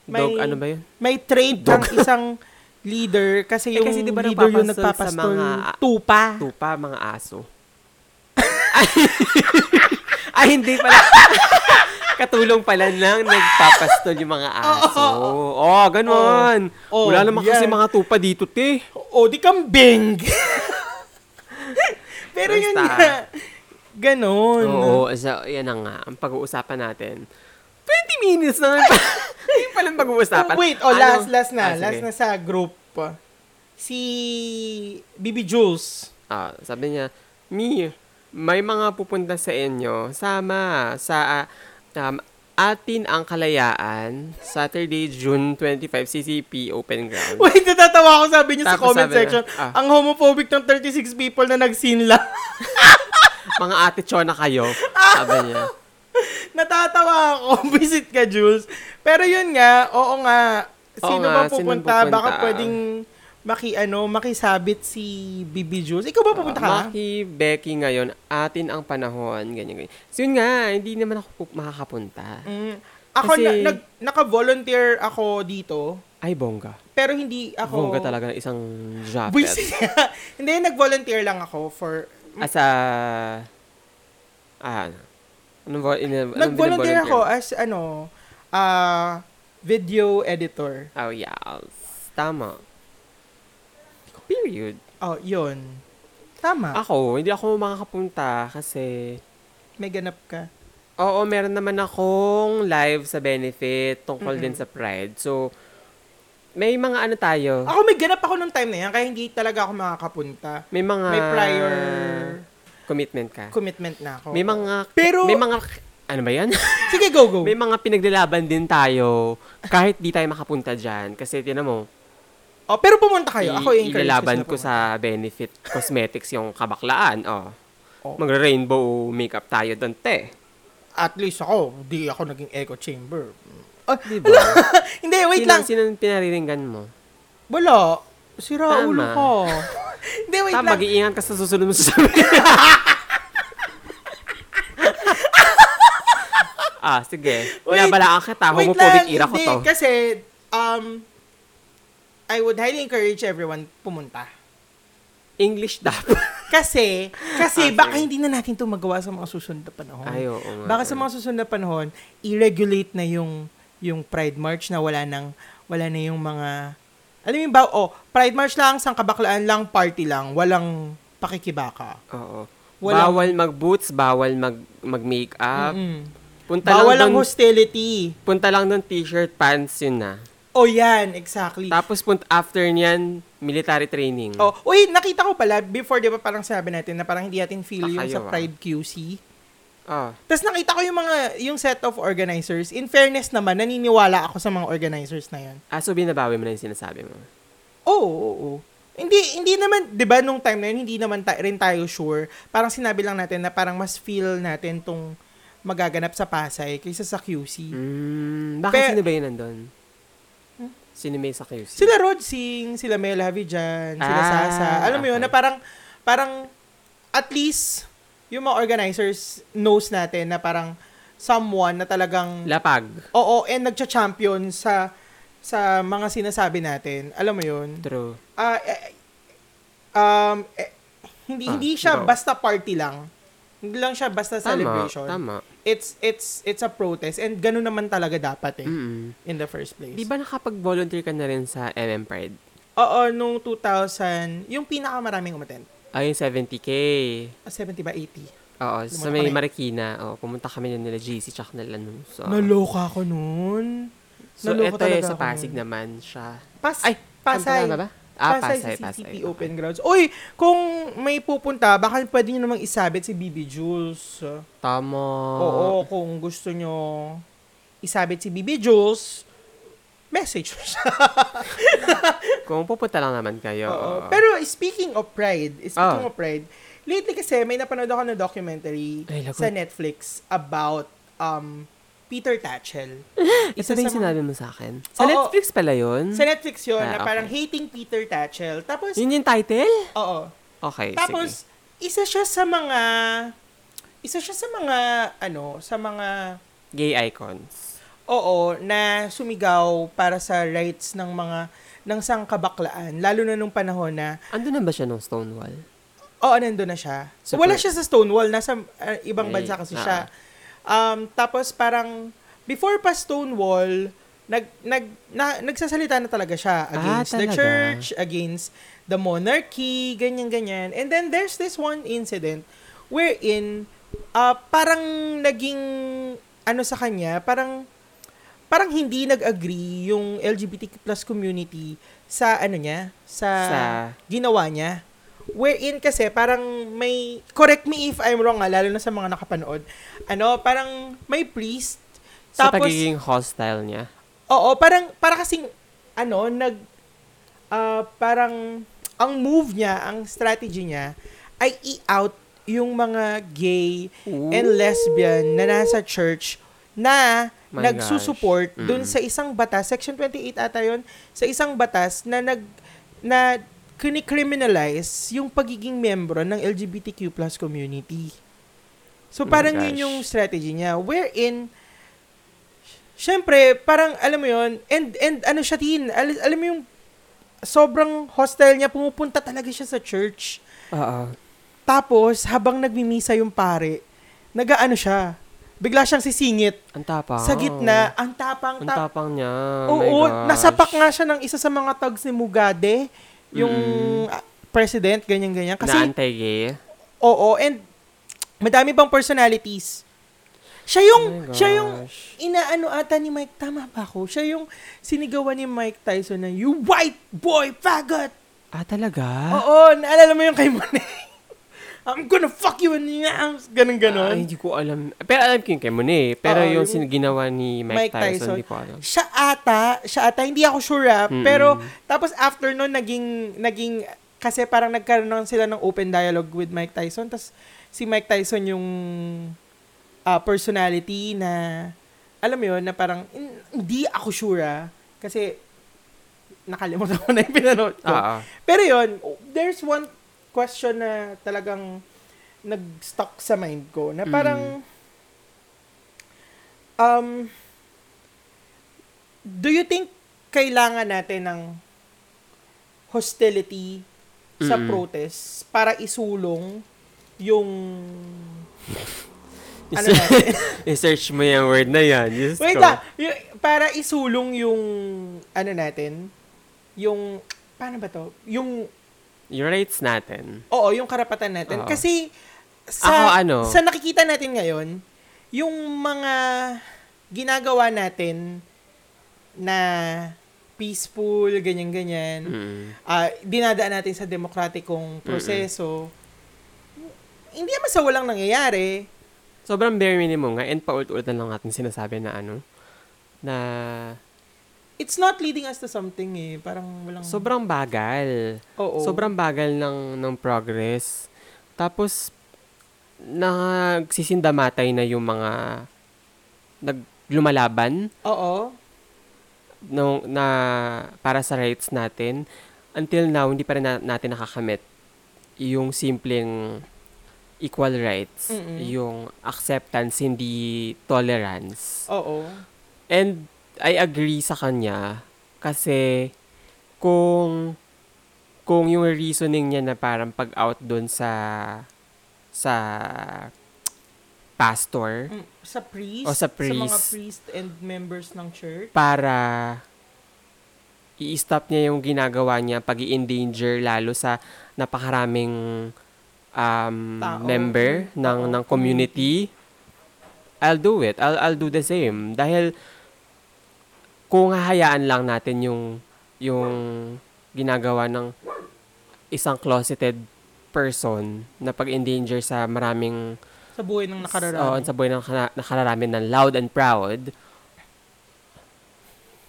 may,
Dog, ano ba yun?
may trait ng isang leader kasi
Eh,
yung
kasi di ba
leader yung
nagpapastol sa
nagpapastol
mga-
tupa.
Tupa, mga aso. Ay, hindi pala. Katulong pala lang nagpapastol yung mga aso. Oh, ganun.
Oo.
Wala naman kasi
Yan.
mga tupa dito, te.
O, di kambing! Pero yun
Basta.
nga, ganon.
Oo, so, yan na nga. Ang pag-uusapan natin. 20 minutes na nga. Hindi pala pag-uusapan.
Oh, wait, oh,
Ano?
last, last
Ah,
na.
sige.
last na sa group. Si Bibi Jules.
Ah, sabi niya, Mi, may mga pupunta sa inyo. Sama sa ah, um, Atin ang Kalayaan, Saturday, June 25, CCP Open Ground.
Wait, natatawa ako sabi niya sa
Tapos sabi
comment
niya,
section.
ah.
Ang homophobic ng 36 people na nagsinla.
mga ate chona kayo.
Ah!
Sabi niya.
Natatawa ako. Visit ka, Jules. Pero yun nga, oo nga.
Oo
Sino
nga,
ba
sino
pupunta?
pupunta?
Baka pwedeng maki, ano, makisabit si Bibi Jules. Ikaw ba pupunta ka?
Maki, Becky ngayon, atin ang panahon, ganyan, ganyan. So yun nga, hindi naman ako pu- makakapunta.
Mm, ako,
Kasi-
na- nag, naka-volunteer ako dito.
Ay, bongga.
Pero hindi ako...
Bongga talaga ng isang jacket.
Buisit niya. hindi, nag-volunteer lang ako for...
As a... Ah, ano? Ano ba? In, anong binavolunteer
Nag-volunteer ako
mo?
as, ano, ah, video editor.
Oh, yes. Tama. Period.
Oh, yun. Tama.
Ako, hindi ako makakapunta kasi...
May ganap ka.
Oo, meron naman akong live sa benefit tungkol din sa Pride. So, may mga ano tayo.
Ako may ganap ako nung time na yan, kaya hindi talaga ako makakapunta.
May mga...
May prior
Commitment ka.
commitment na ako.
May mga...
Pero-
May mga... Ano ba yan?
Sige, go, go.
may mga pinaglalaban din tayo kahit di tayo makapunta dyan. Kasi, tinan mo,
Oh, pero pumunta kayo.
i-
Ako yung
ilalaban ko sa benefit cosmetics yung kabaklaan. Oh.
Oh.
Magra-rainbow makeup tayo doon, te.
At least ako, di ako naging echo chamber.
Oh, di ba?
hindi, wait
sino,
lang.
Sino ang pinariringan mo?
Wala. Sira
Tama.
ulo ko. hindi, wait
Tama,
lang.
mag-iingat ka sa susunod mo sasabihin. ah, sige.
Wait,
Binabalaan kita.
Wait
Homophobic ira ko
hindi,
to.
kasi, um, I would highly encourage everyone pumunta.
English dapat.
Kasi, kasi
Ah,
baka
sige.
hindi na natin to magawa sa mga susunod na panahon.
Ay, oo nga.
baka sa mga susunod na panahon, i-regulate na yung yung Pride March na wala nang wala na yung mga alam mo ba, oh, Pride March lang, sang kabaklaan lang, party lang, walang pakikibaka.
Oo.
Walang-
Bawal mag-boots, bawal mag, mag-makeup.
Mm.
Punta
Bawal
lang doon,
ang hostility.
punta lang doon t-shirt, pants, yun na.
Oh, yan, exactly.
Tapos punt after niyan, military training.
Oh, uy, nakita ko pala, before, di ba parang sabi natin na parang hindi natin feel yung
Kakayaw,
sa
ah.
Pride QC.
Oh.
Tapos nakita ko yung mga, yung set of organizers. In fairness naman, naniniwala ako sa mga organizers na yan.
Ah, so binabawi mo na yung sinasabi mo.
Oo, oo, oo. Hindi, hindi naman, di ba, nung time na yun, hindi naman ta- rin tayo sure. Parang sinabi lang natin na parang mas feel natin tong magaganap sa Pasay kaysa sa QC.
Mm, bakit
Hmm, Pe-
sino ba yun nandun? Sino may sa QC?
Sila Rod Singh, sila Mel Havijan, sila
Ah,
Sasa. Alam mo yun,
okay.
na parang, parang, at least, yung mga organizers knows natin na parang someone na talagang
Lapag.
Oo, and nagcha-champion sa sa mga sinasabi natin. Alam mo 'yun?
True.
Ah, eh, um eh, hindi
Ah,
hindi siya
go.
basta party lang. Hindi lang siya basta
Tama.
celebration.
Tama.
It's it's it's a protest and ganun naman talaga dapat eh
Mm-mm.
in the first place.
Di ba nakapag-volunteer ka na rin sa MM Pride?
Oo, nung 2000, yung pinakamaraming umattend.
Ay, 70K.
Ah, 70 ba 80?
Oo,
Lumunta
sa may
kami.
Marikina. Oo, pumunta kami na nila GC tsaka nila Lanunso.
Naloka ako noon.
So, ito
naloko
eh,
talaga
sa
ako
Pasig
nun.
naman siya.
Pas
Ay,
Pasay.
Pampanga Ba ba? Ah,
Pasay,
Pasay, Pasay.
sa CCP Open Grounds. Uy, kung may pupunta, baka pwede nyo namang isabit si BB Jules.
Tama. Ah.
Oo, kung gusto nyo isabit si BB Jules, message mo siya.
Kung pupunta lang naman kayo.
Oo. Pero speaking of pride, speaking
Oo.
of pride, lately kasi may napanood ako na documentary
Ay, lagot.
sa Netflix about um Peter Tatchell.
Isa
Isa
ba yung
sa mga-
sinabi mo sa akin? Sa
Oo.
Netflix pala yun?
Sa Netflix yun,
Ah,
na parang
okay.
hating Peter Tatchell. Tapos,
Yun yung title?
oo,
Okay, sige.
Tapos, isa siya sa mga, isa siya sa mga, ano, sa mga,
Gay icons.
oo, na sumigaw para sa rights ng mga, ng sangkabaklaan. Lalo na nung panahon na,
Ando na ba siya nung Stonewall?
oo, nandun na siya.
Sa
Wala
per-
siya sa Stonewall, nasa uh, ibang
Right,
bansa kasi
ah.
siya. Um, tapos parang, before pa Stonewall, nag, nag, na, nagsasalita na talaga siya against
Ah,
the
talaga?
church, against the monarchy, ganyan-ganyan. And then there's this one incident wherein ah, parang naging ano sa kanya, parang parang hindi nag-agree yung LGBTQ plus community sa ano niya, sa,
Sa-
ginawa niya. Wherein kasi parang may, correct me if I'm wrong ah, lalo na sa mga nakapanood, ano, parang may priest,
Sa
tapos,
pagiging hostile niya?
oo, parang, para kasing, ano, nag, ah, parang, ang move niya, ang strategy niya, ay i-out yung mga gay and lesbian na nasa church na
My
nagsusupport
gosh.
dun
Mm.
sa isang batas, section 28 ata yun, sa isang batas na nag na kini-criminalize yung pagiging membro ng LGBTQ plus community. So
Oh My
parang
gosh.
yun yung strategy niya wherein syempre parang alam mo yun and and ano siya din al- alam mo yung sobrang hostile niya pumupunta talaga siya sa church.
Oo.
Tapos, habang nagmimisa yung pare, nagaano siya. Bigla siyang sisingit
Ang tapang.
sa gitna. Ang tapang
Ang
tap-
tapang niya. Oh my
Oo,
gosh.
nasapak nga siya ng isa sa mga tags ni Mugade, yung
Mm.
ah, president,
na
ganyan-ganyan. Kasi,
anti-gay.
oo, and madami bang personalities. Siya
Oh
yung,
my
siya yung,
gosh.
inaano ata ni Mike, tama ba ako? Siya yung sinigawan ni Mike Tyson na, you white boy faggot!
Ah, talaga?
Oo, naalala mo yung kay Monet. I'm gonna fuck you in the arms.
Ay,
Ganun, ganun.
hindi ko alam. Pero alam ko yung kay Monet. eh. Pero
Oo,
yung
yung-
sin- ginawa ni Mike,
Mike
Tyson,
Tyson.
hindi ko alam.
siya ata, siya ata, hindi ako sure ah,
Mm-mm.
pero tapos after nun, naging, naging, kasi parang nagkaroon nun sila ng open dialogue with Mike Tyson, tapos si Mike Tyson yung ah, personality na, alam mo yun, na parang, "Hin- hindi ako sure ah, kasi nakalimutan ko na yung pinanood ko.
Oo.
Pero yun, there's one question na talagang nag-stuck sa mind ko na parang um do you think kailangan natin ng hostility sa
Mm-mm.
protest para isulong yung ano
Is-
natin?
I-search mo yung word na yan. Diyos
Wait
ko.
lang. Y- para isulong yung ano natin, yung paano ba to? Yung
Yung rights natin.
Oo, yung karapatan natin.
Oo.
Kasi sa
Ako, ano?
sa nakikita natin ngayon, yung mga ginagawa natin na peaceful, ganyan-ganyan,
Mm.
ah, dinadaan natin sa demokratikong proseso, hindi naman sa walang nangyayari.
Sobrang bare minimum nga. And paulit-ulit na lang natin sinasabi na ano. Na
it's not leading us to something eh. Parang walang...
Sobrang bagal.
oo.
Sobrang bagal ng ng progress. Tapos nagsisindamatay na yung mga naglumalaban
Oo.
nung na para sa rights natin until now hindi pa rin na- natin nakakamit yung simpleng equal rights,
Mm-mm.
yung acceptance hindi tolerance.
Oo.
And I agree sa kanya kasi kung kung yung reasoning niya na parang pag-out doon sa sa pastor
Mm, Sa priest.
O, Oh, sa
mga
priest.
priest and members ng church.
para i-stop niya yung ginagawa niya pag i-endanger lalo sa napakaraming um,
Tao.
member ng
Tao.
ng community I'll do it I'll I'll do the same dahil kung hahayaan lang natin yung yung ginagawa ng isang closeted person na pag-endanger sa maraming
Sa buhay ng
Oo,
nakararami.
sa buhay ng kana- nakararami ng loud and proud.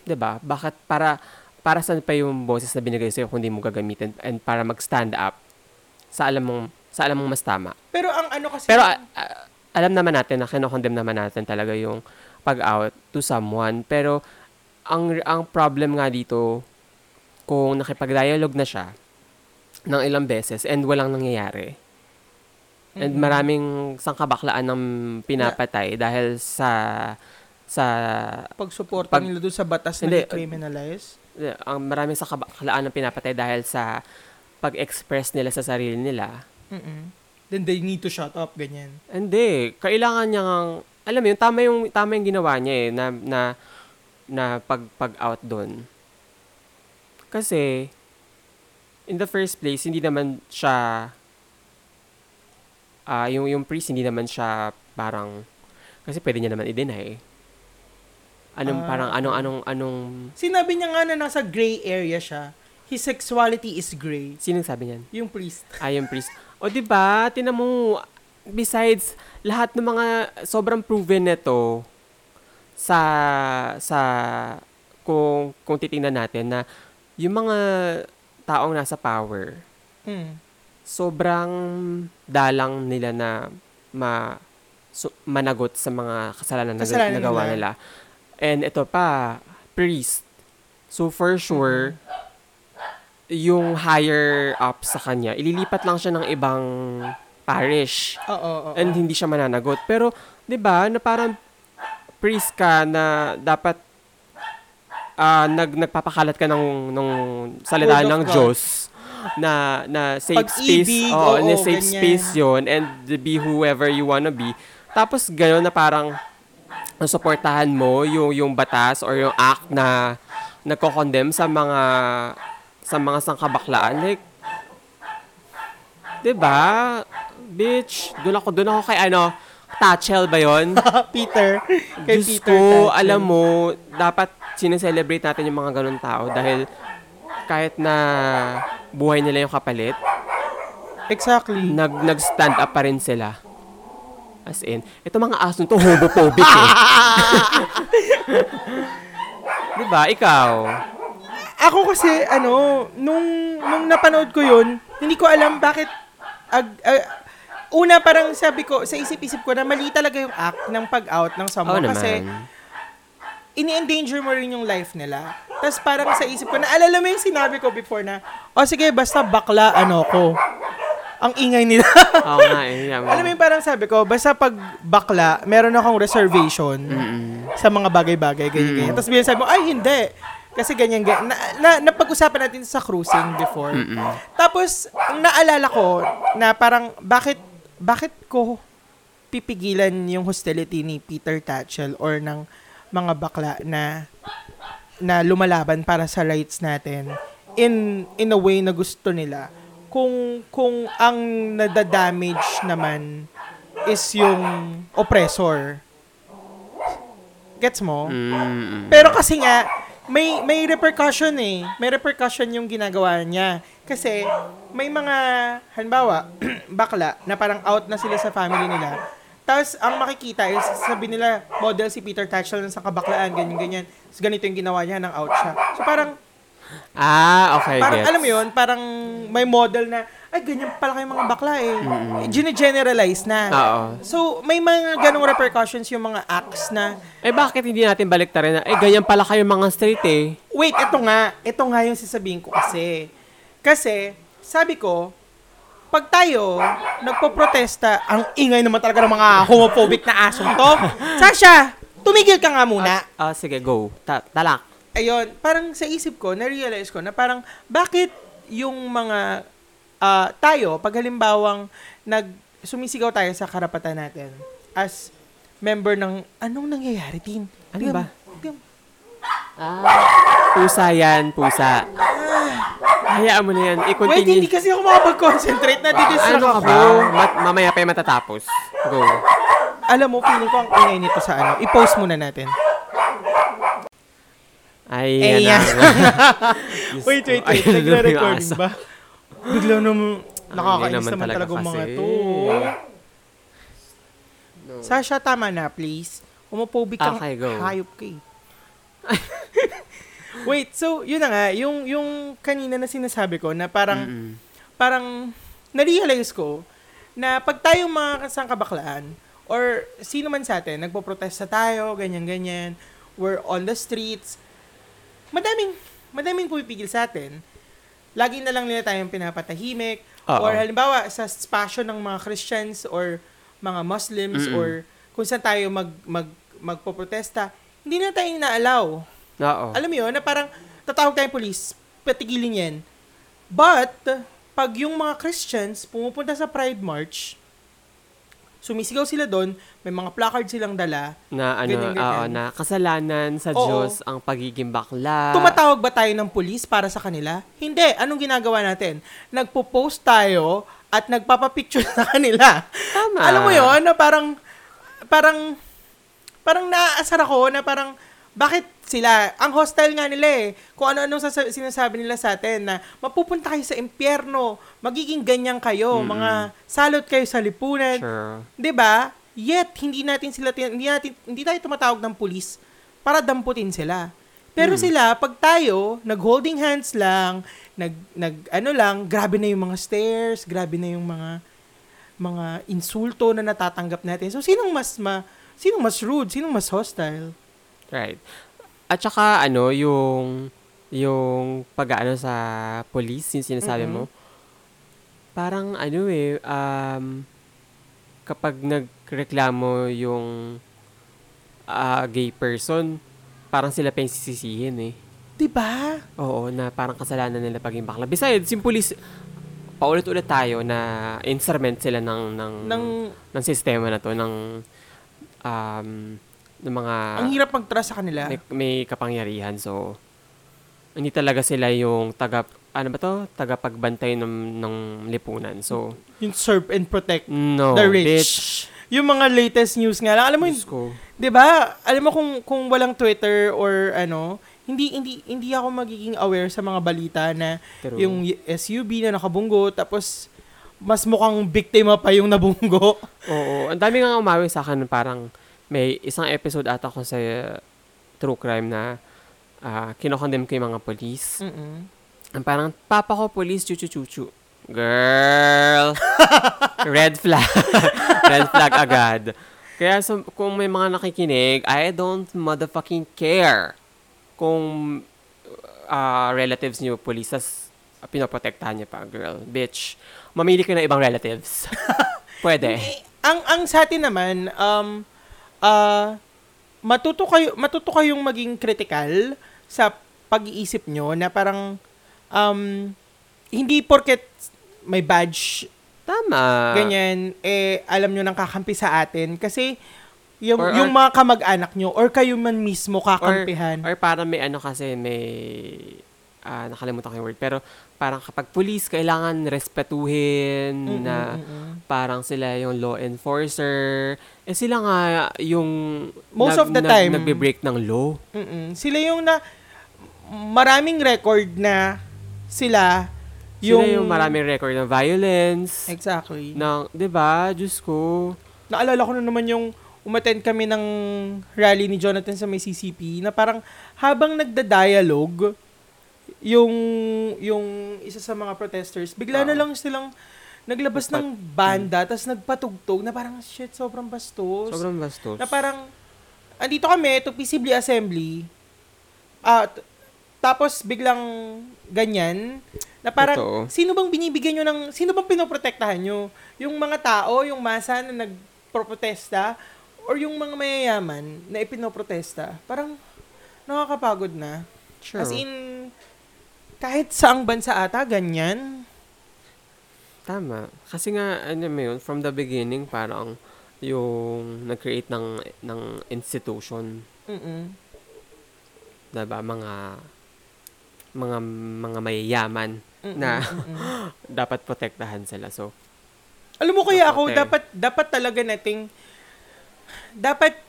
'Di ba? Bakit para para saan pa yung boses na binigay sa'yo kung di mo gagamitin and para mag-stand up sa alam mong sa alam mong mas tama.
Pero ang ano kasi...
Pero a- a- alam naman natin na kinokondemn naman natin talaga yung pag-out to someone. Pero ang ang problem nga dito kung nakipag-dialogue na siya ng ilang beses and walang nangyayari. And maraming sangkabaklaan ng pinapatay dahil sa sa
pagsuporta
Pag-
nila doon sa batas
Hindi, uh,
na criminalize.
eh, ang maraming sangkabaklaan ng pinapatay dahil sa pag-express nila sa sarili nila.
Mm-mm. Then they need to shut up, ganyan.
Hindi, kailangan niya ngang, alam mo yun, tama yung, tama yung ginawa niya eh, na, na, na pag, pag-out doon. Kasi, in the first place, hindi naman siya, ah yung, yung priest, hindi naman siya parang, kasi pwede niya naman i-deny. Anong,
Ah,
parang, anong, anong, anong,
Sinabi niya nga na nasa gray area siya. His sexuality is gray.
sinong sabi niyan?
Yung priest.
I am priest. O, di ba? Tinan mo, besides, lahat ng mga sobrang proven nito sa, sa, kung, kung titingnan natin na yung mga taong nasa power,
Mm.
sobrang dalang nila na ma, su- managot sa mga kasalanan na
Kasalanan
nagawa
nila.
nila. And ito pa, priest. So for sure, yung higher up sa kanya, ililipat lang siya ng ibang parish
Oo, oo, oo.
and hindi siya mananagot. Pero, di ba, na parang priest ka na dapat ah, nag, nagpapakalat ka ng, ng salita
Word of
ng
God.
Diyos na na safe
Pag-ibig,
space oh, na
oo,
safe
ganyan.
space yon and be whoever you wanna be tapos gano'n na parang suportahan mo yung yung batas or yung act na nagko-condemn sa mga sa mga sangkabaklaan like 'di ba bitch doon ako doon ako kay ano Tachel ba yon
Peter. Kay
Diyos
Peter
ko,
Tatchell.
alam mo, dapat sineselebrate natin yung mga ganun tao dahil kahit na buhay nila yung kapalit,
Exactly.
nag, nag-stand up pa rin sila. As in, ito mga aso to, homophobic eh. diba, ikaw?
Ako kasi, ano, nung, nung napanood ko yun, hindi ko alam bakit, ag- ag- una parang sabi ko, sa isip-isip ko na mali talaga yung act ng pag-out ng
Oo
someone.
naman.
kasi, ini-endanger mo rin yung life nila. Tapos parang sa isip ko, naalala mo yung sinabi ko before na, o sige, basta bakla, ano ko. Ang ingay nila.
Oo nga eh. yun.
Alam mo yung parang sabi ko, basta pag bakla, meron akong reservation
Mm.
sa mga bagay-bagay, ganyan-ganyan. Tapos bigyan sabi mo, ay hindi. Kasi ganyan, ganyan. Na, na, napag-usapan natin sa cruising before. Tapos, naalala ko na parang, bakit, bakit ko pipigilan yung hostility ni Peter Tatchell or ng mga bakla na na lumalaban para sa rights natin in in a way na gusto nila kung kung ang nadadamage naman is yung oppressor gets mo
Mm,
pero kasi nga may may repercussion eh may repercussion yung ginagawa niya kasi may mga halimbawa bakla na parang out na sila sa family nila Tapos, ang makikita is, sabi nila, model si Peter Tatchell ng sa kabaklaan, ganyan-ganyan. Tapos, ganito yung ginawa niya, ng out siya. So, parang,
Ah, okay.
parang
gets.
alam mo yun, parang may model na, ay, ganyan pala kayo mga bakla eh. Gine-generalize na.
Oo.
So, may mga ganong repercussions yung mga acts na,
Eh, bakit hindi natin baliktarin na, eh, ganyan pala kayo mga straight eh.
wait, ito nga, ito nga yung sasabihin ko kasi. Kasi, sabi ko, pag tayo nagpoprotesta, ang ingay naman talaga ng mga homophobic na asong to. Sasha, tumigil ka nga muna.
Ah, sige, go. Ta- talak.
ayun, parang sa isip ko, na-realize ko na parang bakit yung mga ah, tayo, pag halimbawang nag, sumisigaw tayo sa karapatan natin as member ng, anong nangyayari, Tin?
Ano
Tingnan
ba?
mo, tingnan mo.
Pusa yan, pusa. Hayaan mo na yan.
Wait,
I-continue.
hindi kasi ako makapag-concentrate na didistract
ano ka
ako.
ba? Mat- mamaya pa yung matatapos. Go.
Alam mo, feeling ko ang ingay nito sa ano. I-post muna natin.
Ay,
Ayan.
yan.
wait, wait, wait.
Ayun,
Nagre-record
lumiyasa.
ba? Bigla naman,
Ang
nakakainis
hindi
naman,
naman
talaga,
talaga
mga
kasi.
to. Sasha, tama na, please. Homophobic kang
Okay, go.
hayop ka eh. Wait, so yun na nga, yung, yung kanina na sinasabi ko na parang, parang na-realize ko na pag tayong mga kasang kabaklaan or sino man sa atin, nagpo-protesta tayo, ganyan-ganyan, we're on the streets, madaming, madaming pumipigil sa atin. Lagi na lang nila tayong pinapatahimik.
Oo.
Or halimbawa, sa spasyo ng mga Christians or mga Muslims
Mm-mm.
or kung saan tayo mag, mag, magpoprotesta, hindi na tayo inaalaw.
Oo.
Alam mo yun, na parang tatawag tayong police, patigilin yan. But, pag yung mga Christians pumupunta sa Pride March, sumisigaw sila doon, may mga placard silang dala,
Na ano,
Ganyan, ganyan.
oo, na kasalanan sa
Oo.
Diyos ang pagiging bakla.
Tumatawag ba tayo ng pulis para sa kanila? Hindi. Anong ginagawa natin? Nagpo-post tayo at nagpapapicture sa kanila.
Tama.
Alam mo yon na parang, parang, parang naaasar ako na parang, bakit sila? Ang hostile nga nila eh. Kung ano-anong sasa- sinasabi nila sa atin na mapupunta kayo sa impyerno, magiging ganyan kayo, mga salot kayo sa lipunan.
Sure.
'di ba? Yet hindi natin sila tin- hindi natin hindi tayo tumatawag ng pulis para damputin sila.
Hmm.
Pero sila pag tayo nag-holding hands lang, nag nag ano lang, grabe na yung mga stares, grabe na yung mga mga insulto na natatanggap natin. So sinong mas ma sinong mas rude, sinong mas hostile?
Right. At saka ano, yung yung pag-ano sa police, yung sinasabi mo. Parang ano eh, um, kapag nagreklamo yung ah, gay person, parang sila pa yung sisisihin eh.
'Di ba?
Oo, na parang kasalanan nila pagiging bakla. Besides, yung police, paulit-ulit tayo na instrument sila ng, ng,
Nang
ng sistema na to, ng, um, ng mga
ang hirap mag-trust sa kanila.
Ah. may, may kapangyarihan. So, hindi talaga sila yung taga, ano ba to? Tagapagbantay ng, ng lipunan. So,
Yung serve and protect
no,
the rich.
bitch.
Yung mga latest news nga lang. Alam mo, yun,
Diyos ko.
'di ba? Alam mo kung kung walang Twitter or ano, hindi hindi hindi ako magiging aware sa mga balita na
True.
yung y- SUV na nakabunggo tapos mas mukhang biktima pa yung nabunggo.
Oo, ang dami nga umawi sa akin parang may isang episode ata ko sa uh, true crime na uh, kinokondem ko yung mga police. Ang parang, papa ko police, chuchu-chuchu. Girl! Red flag. Red flag agad. Kaya so, kung may mga nakikinig, I don't motherfucking care kung ah, relatives niyo police tas ah, pinoprotektahan niyo pa, girl. Bitch, mamili ka ng ibang relatives. Pwede.
Eh, ang ang sa atin naman um ah matuto kayo matuto kayong maging critical sa pag-iisip nyo na parang um hindi porket may badge
Tama.
ganyan, eh, alam nyo nang kakampi sa atin. Kasi, yung,
Or-
yung mga kamag-anak nyo, or kayo man mismo
Or,
kakampihan.
or parang may ano kasi, may... ah, nakalimutan ko yung word. Pero parang kapag police, kailangan respetuhin
Mm,
na...
mm, mm, mm.
parang sila yung law enforcer. Eh sila nga yung
Most of the time-
nagbe-break ng law.
Mm-mm. Sila yung na, maraming record na sila
Yung,
yung...
sila yung maraming record ng violence.
Exactly.
ng, 'di ba? Diyos ko.
naalala ko na naman yung umattend kami ng rally ni Jonathan sa may CCP na parang habang nagda-dialogue yung yung isa sa mga protesters bigla na
Oo.
lang silang naglabas
Nagpat-
ng banda tas nagpatugtog na parang shit sobrang bastos
Sobrang bastos.
na parang andito kami to peaceably assembly ah t- tapos biglang ganyan na parang
Totoo.
sino bang binibigyan nyo ng sino bang pinoprotektahan nyo yung mga tao yung masa na nagproprotesta or yung mga mayayaman na ipinoprotesta parang nakakapagod na
True.
as in kahit saang bansa ata ganyan
Tama. Kasi nga, ano mo yun, from the beginning, parang yung nag-create ng, ng institution,
mm
diba, mga mga mga mayayaman na dapat protektahan sila. So,
Alam mo kaya
Dapat
ako,
eh.
dapat, dapat talaga nating, dapat,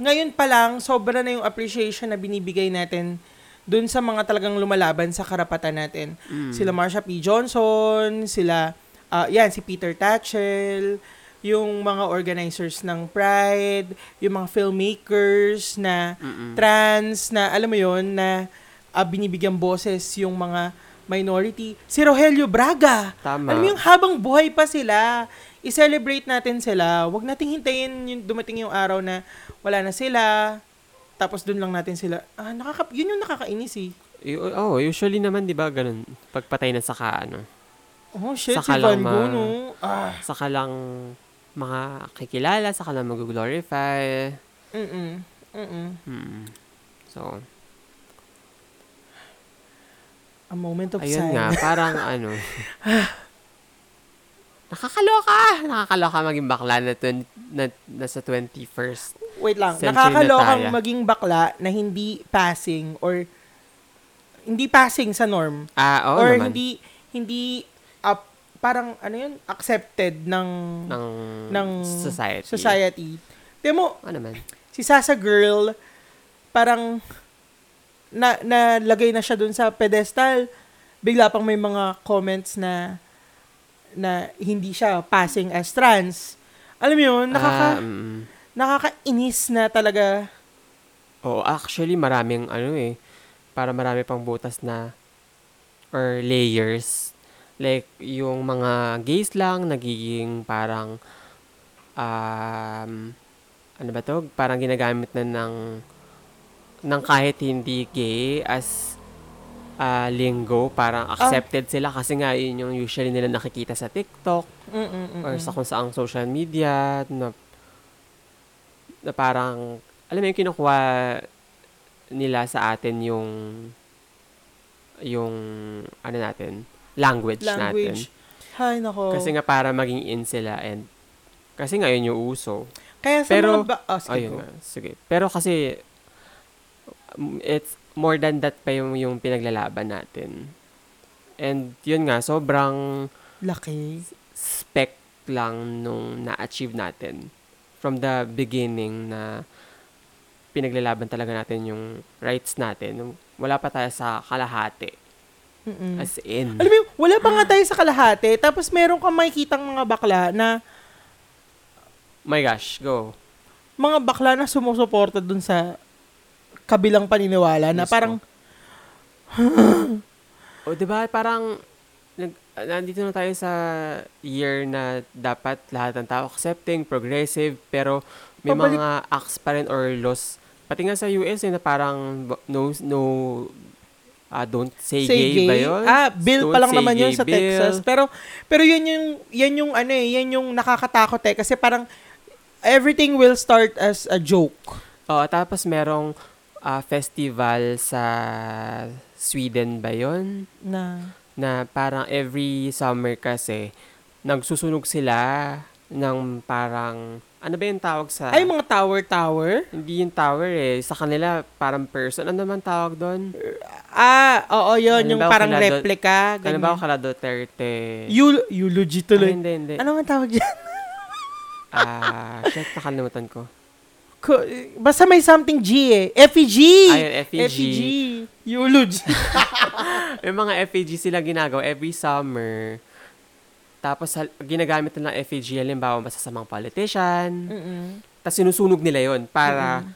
ngayon pa lang, sobra na yung appreciation na binibigay natin dun sa mga talagang lumalaban sa karapatan natin.
Mm.
Sila Marsha P. Johnson, sila, ah, yan, si Peter Tatchell, yung mga organizers ng Pride, yung mga filmmakers na
Mm-mm.
trans, na alam mo yon na ah, binibigyan boses yung mga minority. Si Rogelio Braga,
tama.
alam mo yung habang buhay pa sila, i-celebrate natin sila. Huwag nating hintayin yung dumating yung araw na wala na sila, tapos dun lang natin sila. Ah, nakaka- yun yung nakakainis eh.
Y- oh, usually naman, di ba, ganun, pagpatay na saka, ano,
Oh shit,
Saka
si Van
lang ma-
Gogh, no? Ah,
saka lang makakikilala, saka lang mag-glorify.
mm-mm, mm-mm.
Hmm. So,
A moment of
Ayun nga,
silence.
parang ano. nakakaloka! Nakakaloka maging bakla na, twen- na, nasa 21st.
Wait lang,
Century na
nakakalokang
tayo.
maging bakla na hindi passing or hindi passing sa norm.
Ah, oo
or
naman.
hindi, hindi, ah, parang ano yun, accepted ng,
ng,
ng
society. Ano
society. Tiyan mo,
Oo naman.
si Sasa Girl, parang na nalagay na siya dun sa pedestal. Bigla pang may mga comments na na hindi siya passing as trans. Alam mo yun,
Ah,
nakaka,
mm.
nakakainis na talaga.
Oo, actually maraming ano eh. Para marami pang butas na or layers. Like, yung mga gays lang, nagiging parang um, ano ba to? Parang ginagamit na ng ng kahit hindi gay as ah, linggo. Parang accepted sila kasi nga yun yung usually nila nakikita sa TikTok
Mm-mm-mm.
or sa kung saang social media na, na parang alam mo yung kinukuha nila sa atin yung yung ano natin language,
language. oh. Hay
natin
nako.
kasi nga para maging in sila and kasi nga yun yung uso
Kaya sa
pero-
mga ba- ah, sige
ayun
go.
nga sige pero kasi um, it's more than that pa yung yung pinaglalaban natin and yun nga sobrang
Laki.
spec lang nung na-achieve natin from the beginning na pinaglalaban talaga natin yung rights natin. Wala pa tayo sa kalahati.
Mm-mm.
As in.
Mm, Alam mo, yun, wala pa nga tayo sa kalahati. Tapos meron kang makikitang mga bakla na
My gosh, go.
mga bakla na sumusuporta dun sa kabilang paniniwala na
Mismo.
parang
O, di ba parang nag, nandito na tayo sa year na dapat lahat ng tao accepting, progressive, pero may
Pabalik-
mga acts pa rin or laws. Pati nga sa US eh, na parang ba- no, no, ah, don't say,
say
gay,
gay.
ba yun?
Ah, bill
Don't
pa lang
say
naman yun
gay
sa
bill.
Texas. Pero pero yun yung yan yung ano eh, yan yung nakakatakot eh kasi parang everything will start as a joke.
Oo, tapos merong ah, festival sa Sweden ba yon
Na
Na parang every summer kasi, nagsusunog sila ng parang, ano ba yung tawag sa...
ay mga tower tower.
hindi yung tower eh. Sa kanila, parang person. Ano naman tawag doon?
Ah, oo, yun
Ano
yung
ba,
parang
kala-
replica.
Ano
Ganyan.
ba ako kala Duterte?
Eul- eulogy
Ah,
tuloy.
hindi, hindi.
Ano ang tawag diyan?
Ah, shit, nakalimutan ko.
Ko- Basta may something G E eh. FEG.
Ayun, FEG.
FEG. Eulogy.
May mga FAG sila ginagawa every summer. Tapos hal- ginagamit nila ang effigy, halimbawa masasamang politician.
Mm-mm.
Tapos sinusunog nila yon para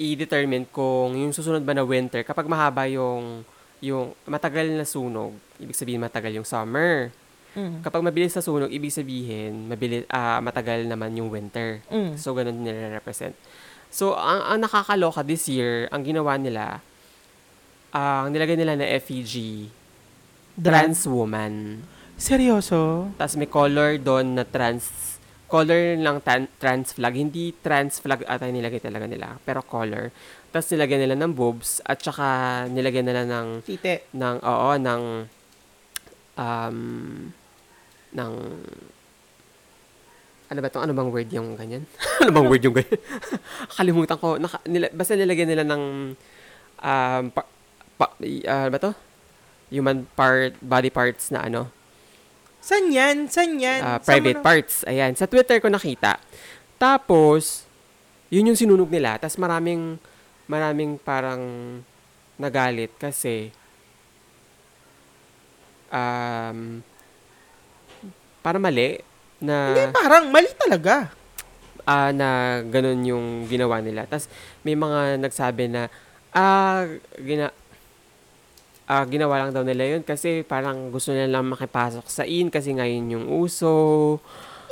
i-determine kung yung susunod ba na winter, kapag mahaba yung, yung matagal na sunog, ibig sabihin matagal yung summer.
Mm.
Kapag mabilis na sunog, ibig sabihin mabilis, ah, matagal naman yung winter.
Mm.
So, ganun nila represent. So, ang, ang nakakaloka this year, ang ginawa nila, ah, ang nilagay nila na effigy, trans woman.
Seryoso?
Tapos may color doon na trans color lang tan- trans flag. Hindi trans flag ata yung nilagay talaga nila, pero color. Tapos nilagyan nila ng boobs at saka nilagyan nila ng
Tite.
ng oo ng um ng ano ba tong ano bang word yung ganyan? ano bang word yung ganyan? Kalimutan ko. Naka, nila, basta nilagyan nila ng um pa, pa- i- ah, ano ba to? Human part, body parts na ano?
San yan? San yan?
Ah,
Saan
private
mo na-
parts. Ayan, sa Twitter ko nakita. Tapos, yun yung sinunog nila. Tapos maraming, maraming parang nagalit kasi um, para mali
Hindi,
na
parang mali talaga.
ah, na ganun yung ginawa nila. Tapos may mga nagsabi na ah gina ah, ginawa lang daw nila yun kasi parang gusto nila lang makipasok sa in kasi ngayon yung uso.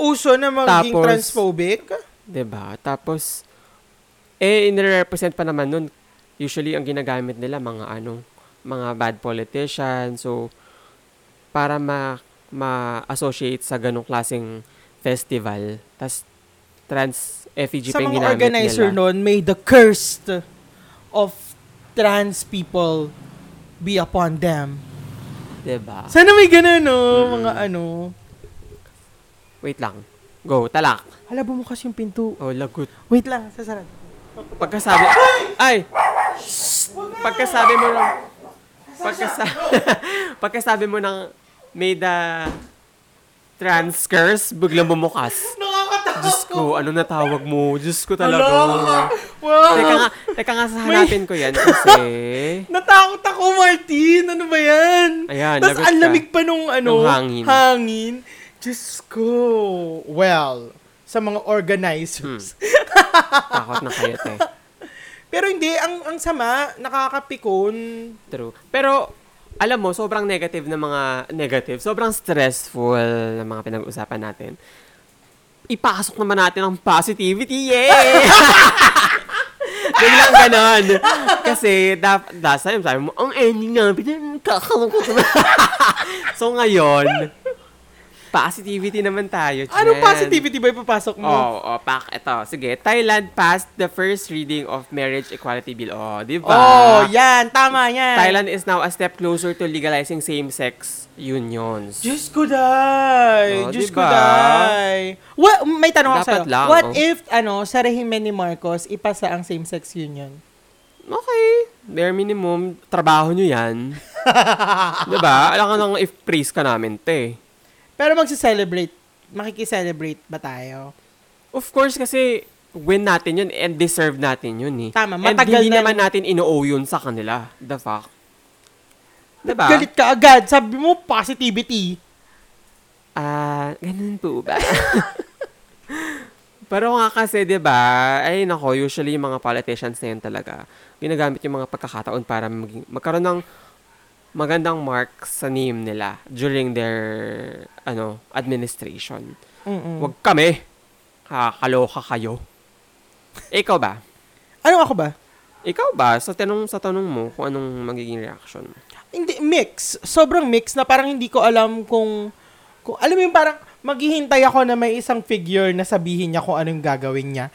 Uso na maging
Tapos-
transphobic.
'Di ba? Diba? Tapos, eh, inirepresent pa naman nun. Usually, ang ginagamit nila, mga ano, mga bad politician. So, para ma, ma-associate sa ganong klaseng festival. Tapos, trans effigy pa
Sa
yung
mga
ginamit
organizer
nila.
noon, may the cursed of trans people be upon them.
'Di ba?
Sana may ganun, no?
Hmm.
Mga ano.
Wait lang. Go, talak.
Hala, bumukas yung pinto.
Oh, lagot.
Wait lang, sasarad.
Pagkasabi... Ay! Pagkasabi mo lang... Pagkasabi, pagkasabi mo ng may the trans curse, biglang bumukas.
Nakakatawa
Diyos ko, ano na tawag mo? Diyos ko talaga.
Wow!
Teka nga, teka nga, sahanapin ko yan kasi...
Natakot ako, Martin! Ano ba yan?
Ayan,
Tapos
lagot
ang
ka.
lamig pa nung ano,
Nung hangin.
hangin. Diyos ko. Well, sa mga organizers.
Hmm. Takot na kayo, te.
Pero hindi, ang, ang sama, nakakapikon.
True. Pero, alam mo, sobrang negative na mga negative, sobrang stressful na mga pinag-usapan natin. Ipasok naman natin ang positivity, yay! Biglang ganon. Kasi, da, last time, sabi mo, ang ending namin, kakalungkot na. so, ngayon, positivity naman tayo.
Anong
Jen.
positivity ba ipapasok mo?
Oo, oh, pak, ito. Sige, Thailand passed the first reading of Marriage Equality Bill. Oh, di ba?
Oh, yan. Tama yan.
Thailand is now a step closer to legalizing same-sex unions.
Diyos ko
Oh,
day! Diyos
diba?
ko day! What, may tanong ako
Dapat
sa'yo.
lang,
What
oh.
if, ano, sa rehimen ni Marcos, ipasa ang same-sex union?
Okay. Bare minimum, trabaho nyo yan. diba? Alam ka nang if-praise ka namin, te.
Pero magse-celebrate, makikiselebrate ba tayo?
Of course, kasi win natin yun and deserve natin yun eh.
Tama,
and
matagal
hindi
na-
naman natin ino-owe yun sa kanila. The fuck. Diba?
Galit ka agad. Sabi mo, positivity.
Ah, ganun po ba? Pero nga kasi, di ba, ay nako, usually yung mga politicians na yan talaga, ginagamit yung mga pagkakataon para maging, magkaroon ng magandang mark sa name nila during their ano administration.
Mm-mm.
Huwag kami. Kakaloka kayo. Ikaw ba?
Ano ako ba?
Ikaw ba? Sa tanong, sa tanong mo, kung anong magiging reaction mo?
Hindi, mix. Sobrang mix na parang hindi ko alam kung, kung alam mo yung parang maghihintay ako na may isang figure na sabihin niya kung anong gagawin niya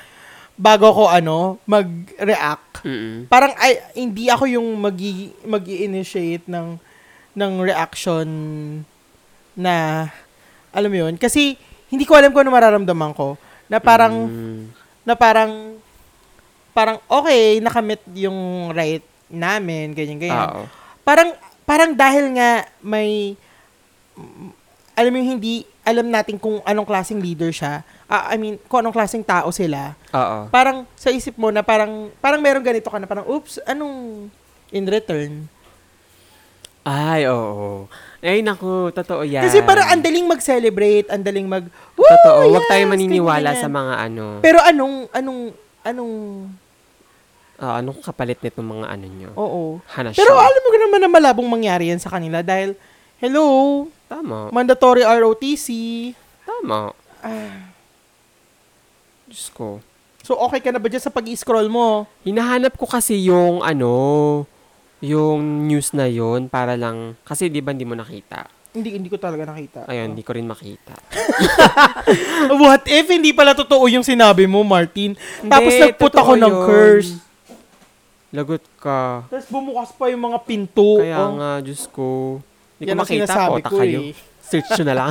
bago ko ano, mag-react.
Mm-mm.
Parang ay, hindi ako yung magi, mag-initiate ng, ng reaction na, alam mo yun, kasi hindi ko alam kung ano mararamdaman ko. Na parang,
Mm.
na parang parang okay nakamit yung right namin ganyan ganyan
Oo.
parang parang dahil nga may mm, alam mo yung hindi alam natin kung anong klaseng leader siya ah, I mean kung anong klaseng tao sila
Oo.
parang sa isip mo na parang parang meron ganito ka na parang oops anong in return
Ay, oo. Ay, naku, totoo yan.
Kasi parang ang daling mag-celebrate, ang daling mag Woo!
Totoo, huwag
yes!
tayo
Ganyan,
maniniwala
ganyan.
sa mga ano.
Pero anong anong anong
Ah, anong kapalit nitong mga ano nyo?
oo.
Hanasya.
Oh. Pero alam mo naman na malabong mangyari yan sa kanila dahil hello,
Tama.
mandatory ROTC.
Tama.
Ah,
Diyos ko.
so okay ka na ba dyan sa pag-scroll mo?
Hinahanap ko kasi yung ano, yung news na yon para lang, kasi di ba hindi mo nakita?
Hindi hindi ko talaga nakita.
Ayun, hindi ko rin makita.
What if hindi pala totoo yung sinabi mo, Martin? Tapos
Hindi,
nagput
totoo
ako ng
yun.
curse.
Lagot ka.
Tapos bumukas pa yung mga pinto.
Kaya
Oh,
nga, Diyos ko. Hindi ko
yan ang
makita
sinasabi
po,
ko
kayo.
eh.
Search nyo na lang.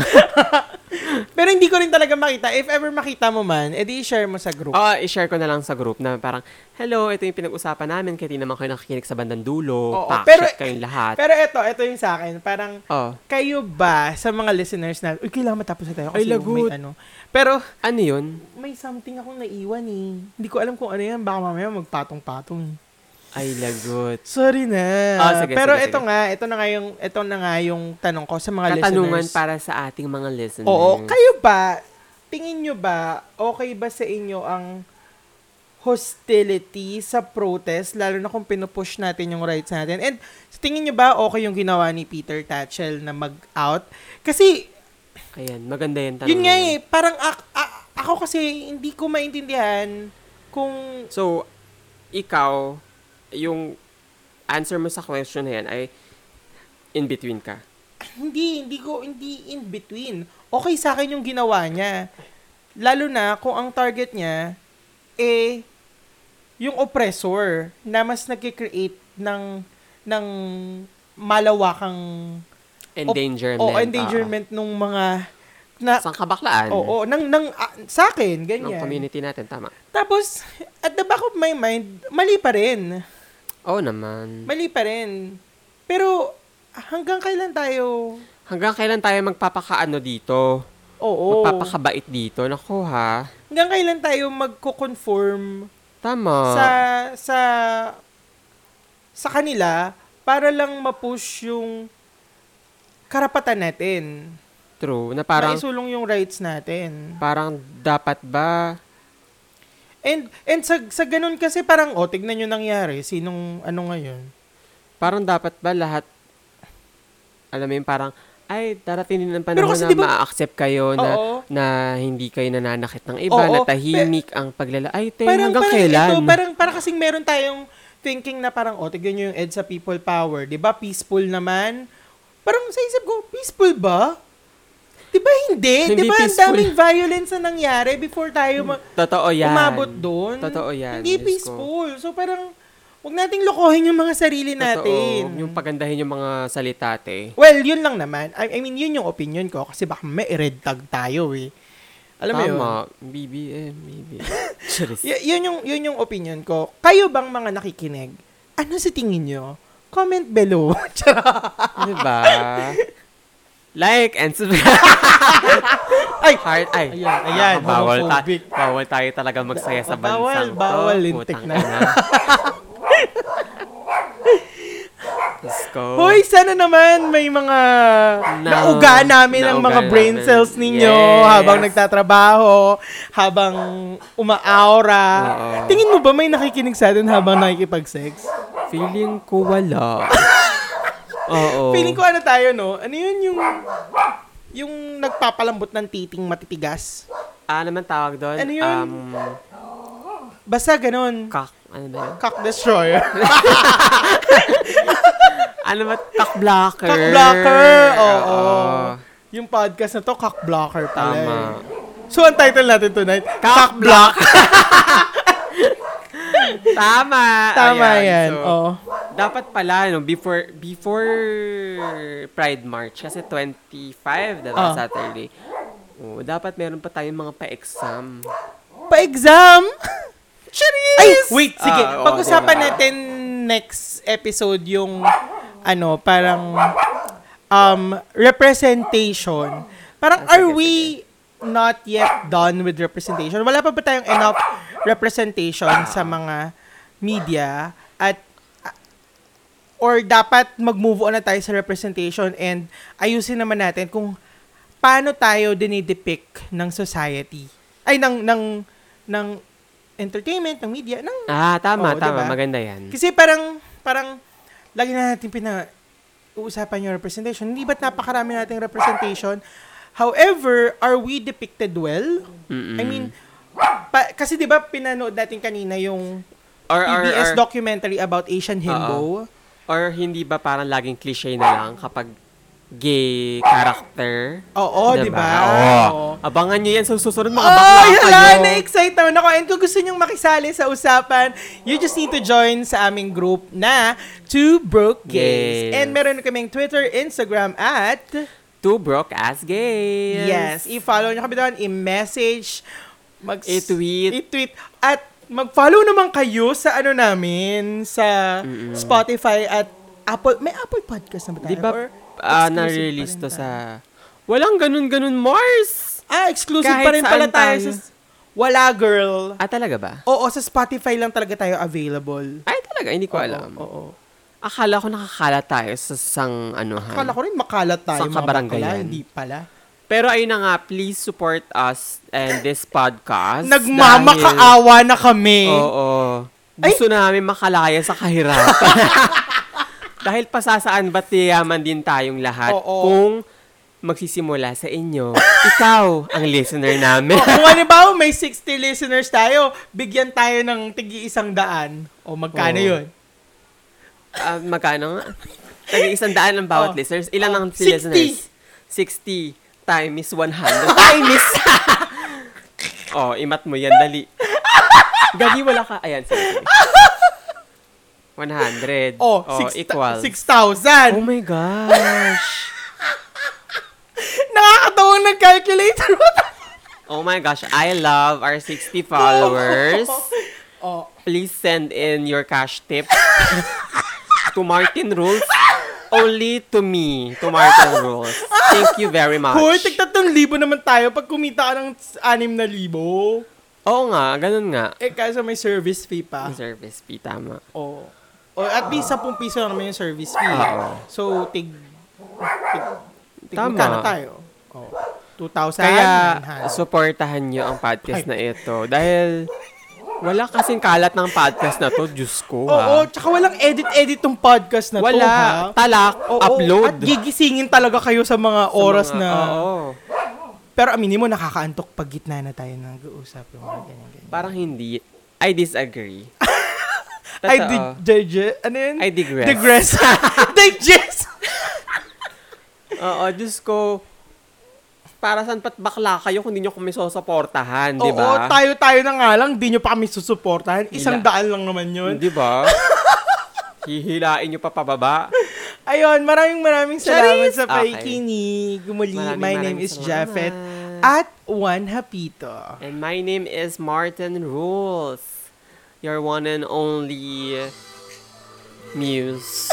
Pero hindi ko rin talaga makita. If ever makita mo man, edi share mo sa group.
Oo, i-share ko na lang sa group na parang, hello, ito yung pinag-usapan namin kaya di naman kayo nakikinig sa bandang dulo.
Oo,
Pak,
pero-
shit kayong lahat.
Pero eto, eto yung sa akin. Parang,
oh,
kayo ba sa mga listeners na, uy, kailangan matapos na tayo kasi
Ay, lagot.
may ano. Pero,
ano yun?
may something akong naiwan eh. Hindi ko alam kung ano yan. Baka mamaya magpatong-patong eh.
Ay, lagot.
Sorry na.
Ah, sige,
Pero
sige,
eto
sige.
nga, eto na nga yung, eto na nga yung tanong ko sa mga
Katanungan
listeners.
para sa ating mga listeners.
Oo. Kayo ba, tingin nyo ba, okay ba sa inyo ang hostility sa protest, lalo na kung pinupush natin yung rights natin? And sa tingin nyo ba, okay yung ginawa ni Peter Tatchell na mag-out? Kasi,
Ayan, maganda yan tanong.
yun nga
na
eh, parang ak- a- ako kasi hindi ko maintindihan kung
So, ikaw, yung answer mo sa question na yan ay in between ka.
hindi, hindi ko, hindi in between. Okay sa akin yung ginawa niya. Lalo na kung ang target niya, eh, yung oppressor na mas nagkikreate ng, ng malawakang
Endangerment.
o endangerment ng mga,
Ah.
na,
Sa kabaklaan.
oo, ng, ng, ah, sa akin,
Ng
ganyan.
community natin, tama.
Tapos, at the back of my mind, mali pa rin.
Oo naman.
Mali pa rin. Pero, hanggang kailan tayo,
Hanggang kailan tayo magpapakaano dito?
oo.
Magpapakabait dito? Naku ha.
hanggang kailan tayo magko-conform
Tama.
sa sa sa kanila para lang ma-push yung karapatan natin.
True. Na
Para
parang,
isulong yung rights natin.
parang dapat ba?
And and sa sa ganun kasi parang o tignan niyo nangyari sinong ano ngayon.
Parang dapat ba lahat, alam mo yun, parang, ay, darating din ang
Pero
panahon
kasi
na
di ba-
ma-accept kayo na
Oo.
na hindi kayo nananakit ng iba,
Oo,
na tahimik ang paglala. Ay, te,
Parang
hanggang
parang
kailan?
ito, parang para kasing meron tayong thinking na parang o tignan niyo yung EDSA people power, 'di ba? Peaceful naman. Parang sa isip ko, peaceful ba? 'Di ba hindi?
Hindi
'Di ba ang
peaceful.
daming violence na nangyari before tayo ma-
Totoo yan.
umabot doon.
Totoo yan. Diyos
Hindi
ko.
peaceful. So parang, wag nating lokohin yung mga sarili natin.
Totoo. Yung pagandahin yung mga salita, te.
Well, yun lang naman. I, I mean, yun yung opinion ko kasi baka may red tag tayo eh. Alam mo yun?
Tama. BBM, BBM. Charis.
Y- yun, yung, yun yung opinion ko. Kayo bang mga nakikinig? Ano sa tingin nyo? Comment below. Charot.
diba? Like and
Ay!
Heart, ay.
Ayan, ayan,
bawal, ta-
homophobic.
bawal tayo talaga magsaya sa
Bawal,
bansang to.
bawal, lintik
Putang
na.
ina. Diyos ko.
Hoy, sana naman may mga
No.
nauga namin ang
Nauga
mga brain
namin.
cells ninyo
Yes.
habang nagtatrabaho, habang umaaura.
Oo.
Tingin mo ba may nakikinig sa atin habang nakikipag-sex?
Feeling ko wala. Oo.
Feeling ko ano tayo, no? Ano yun yung yung nagpapalambot ng titing matitigas?
Ah, naman tawag doon?
Ano yun?
Um,
Basta ganun.
kak, ano ba yun?
Cock destroyer.
Ano ba? Cock blocker.
Cock blocker. Oo.
Oo.
Yung podcast na to, cock blocker pala.
Tama.
eh. So, ang title natin tonight, cock block.
Tama.
Tama
Ayan,
yan.
so,
Oo.
Dapat pala, no, before, before Pride March, kasi 25, diba,
Ah.
Saturday. Oh, dapat meron pa tayong mga pa-exam.
Pa-exam! Ay, wait, sige.
Ah, oo,
Pag-usapan
diba?
natin next episode yung ano, parang um representation. Parang
Ah, sige,
are we not yet done with representation? Wala pa ba tayong enough representation sa mga media at ah, or dapat mag-move on na tayo sa representation and ayusin naman natin kung paano tayo dinidepict ng society. Ay, ng, ng, ng entertainment, ng media, ng
Ah, tama,
Oo,
tama.
diba?
Maganda yan.
kasi parang, parang, lagi na natin pina, uusapan yung representation. Hindi ba't napakarami nating representation? However, are we depicted well?
Mm-mm.
I mean, pa- kasi di ba pinanood natin kanina yung
or, or,
PBS
or,
documentary about Asian Himbo?
or hindi ba parang laging cliche na lang kapag gay character?
Oo, di ba? Oo.
Diba?
Oh,
Oo. Abangan nyo yan sa susunod mga bakla
Ay,
kayo.
hala, na-excite naman ako. And kung gusto nyong makisali sa usapan, you just need to join sa aming group na Two Broke Gays.
Yes.
And meron kaming Twitter, Instagram at...
Two broke ass gays.
Yes. I-follow nyo kami doon. I-message. Mag-
I-tweet.
I-tweet. At mag-follow naman kayo sa ano namin, sa Spotify at Apple. May Apple Podcast na ba tayo?
Di ba
Or
ah,
exclusive pa
na-release
rin
to
tayo?
sa... Walang ganun-ganun, Mars!
Ah, exclusive
Kahit
pa rin pala
saan
tayo.
tayo.
Sa, wala, girl.
Ah, talaga ba?
Oo, sa Spotify lang talaga tayo available.
Ay, talaga. Hindi ko alam.
Oo. oo.
Akala ko nakakala tayo sa sang anuhan.
Akala ko rin makalat tayo.
Sa
mga
kabarangay
bakla.
yan.
Hindi pala.
Pero ayun na nga, please support us and this podcast. dahil-
Nagmamakaawa na kami.
Oo.
Ay!
Gusto namin makalaya sa kahirapan. dahil pasasaan ba't yayaman din tayong lahat
Oo.
kung magsisimula sa inyo. Ikaw ang listener namin.
O, kung halimbawa may 60 listeners tayo, bigyan tayo ng tigi isang daan. O magkano
Oo.
yun?
Ah, magkano nga? Tagi isang daan ang bawat
Oh.
listeners. Ilan ang
60.
listeners? 60 times 100 times... oh, imat mo yan, dali. Gagi, wala ka. Ayan, sorry. sorry. 100.
O,
oh,
six
equal.
6,000.
Oh my gosh.
Nakakatawang nag-calculator mo.
Oh my gosh. I love our 60 followers.
o,
Please send in your cash tip to Martin Rules. Only to me, to Martin Rules. Thank you very much.
hoy, tigtatong libo naman tayo pag kumita ka ng 6,000.
Oo nga, ganun nga.
Eh, kaso may service fee pa.
Yung Service fee, tama.
O, o at least 10 piso lang naman yung service fee.
Ah, Oo.
So, tig... tig, tig
Tama.
magkano tayo? Oh, O, 2,000.
Kaya,
900.
supportahan nyo ang podcast na ito. Dahil, wala kasing kalat ng podcast na to. Diyos ko, ha?
Oo, tsaka walang edit-edit tong podcast na to,
ah. Wala.
ha?
Talak.
Oo,
upload.
At gigisingin talaga kayo sa mga
Sa
oras
mga-
na...
Oo.
Pero aminin mo, nakakaantok pag gitna na tayo nag-uusap yung mga ganyan-ganyan.
Parang hindi. I disagree.
I
Totoo.
dig- dig- Ano yun?
I digress.
Digress. Digest!
Oo, Diyos ko. Para saan pat bakla kayo kung di nyo kami susuportahan, di
Oo,
ba?
tayo-tayo na nga lang, di nyo pa kami susuportahan. Isang
Hila.
daan lang naman yun.
Di ba? Hihilain nyo pa pababa.
Ayun, maraming maraming salamat
Charis!
sa
Okay.
pakikinig. Muli,
Maraming
my
maraming
name is
salamat. Ah.
Japheth at Juan Hapito.
And my name is Martin Rules. Your one and only muse.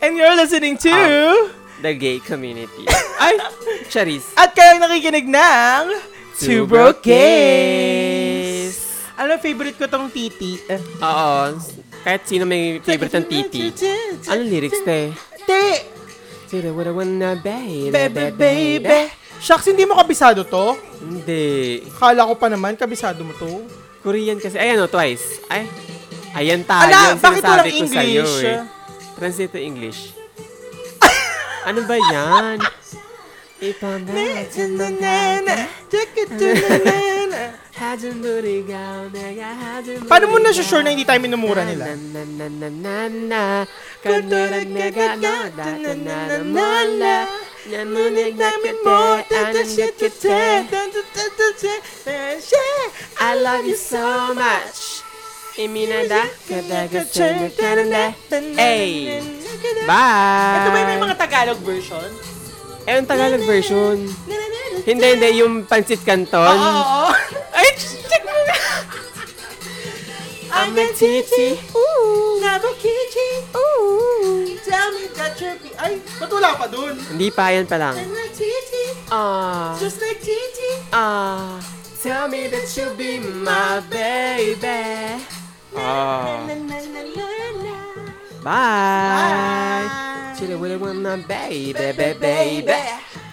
And you're listening to...
Ah. the gay community. Ay! Charis.
At kayong nakikinig ng Two Broke Gays. Ano, favorite ko tong titi. Eh,
Oo. s- Kahit sino may favorite ng titi. Ano lyrics te?
Te,
Sira wala wala baby.
baby, baby. Shucks, hindi mo kabisado to?
Hindi.
Kala ko pa naman, kabisado mo to.
Korean kasi. Ayan o, twice. Ay. Ayan tayo.
Ala,
Yung
bakit
Ah, sinasabi
walang
ko sa'yo,
English?
eh. Translate to English. ano ba yan? Ipamahal.
Paano mo nasusure na hindi tayo minumura nila?
I love you so much. Iminada Hey! Bye!
Ito ba yung may mga Tagalog version?
Eh, ang Tagalog version. Hindi, hindi. Yung Pancit Canton.
Oo, oo. Ay, check mo na.
I'm a titi.
Ooh. Nabukichi. Ooh. Tell me that you're... be- Ay, ba't wala pa dun?
Hindi pa, yan pa lang.
I'm a titi.
Ah,
Just like titi.
ah. Tell me that you'll be my baby. Ah.
Na, na, na, na, na.
Bye. Bye!
Bye!
Chili Willy Wanna Baby, baby, baby.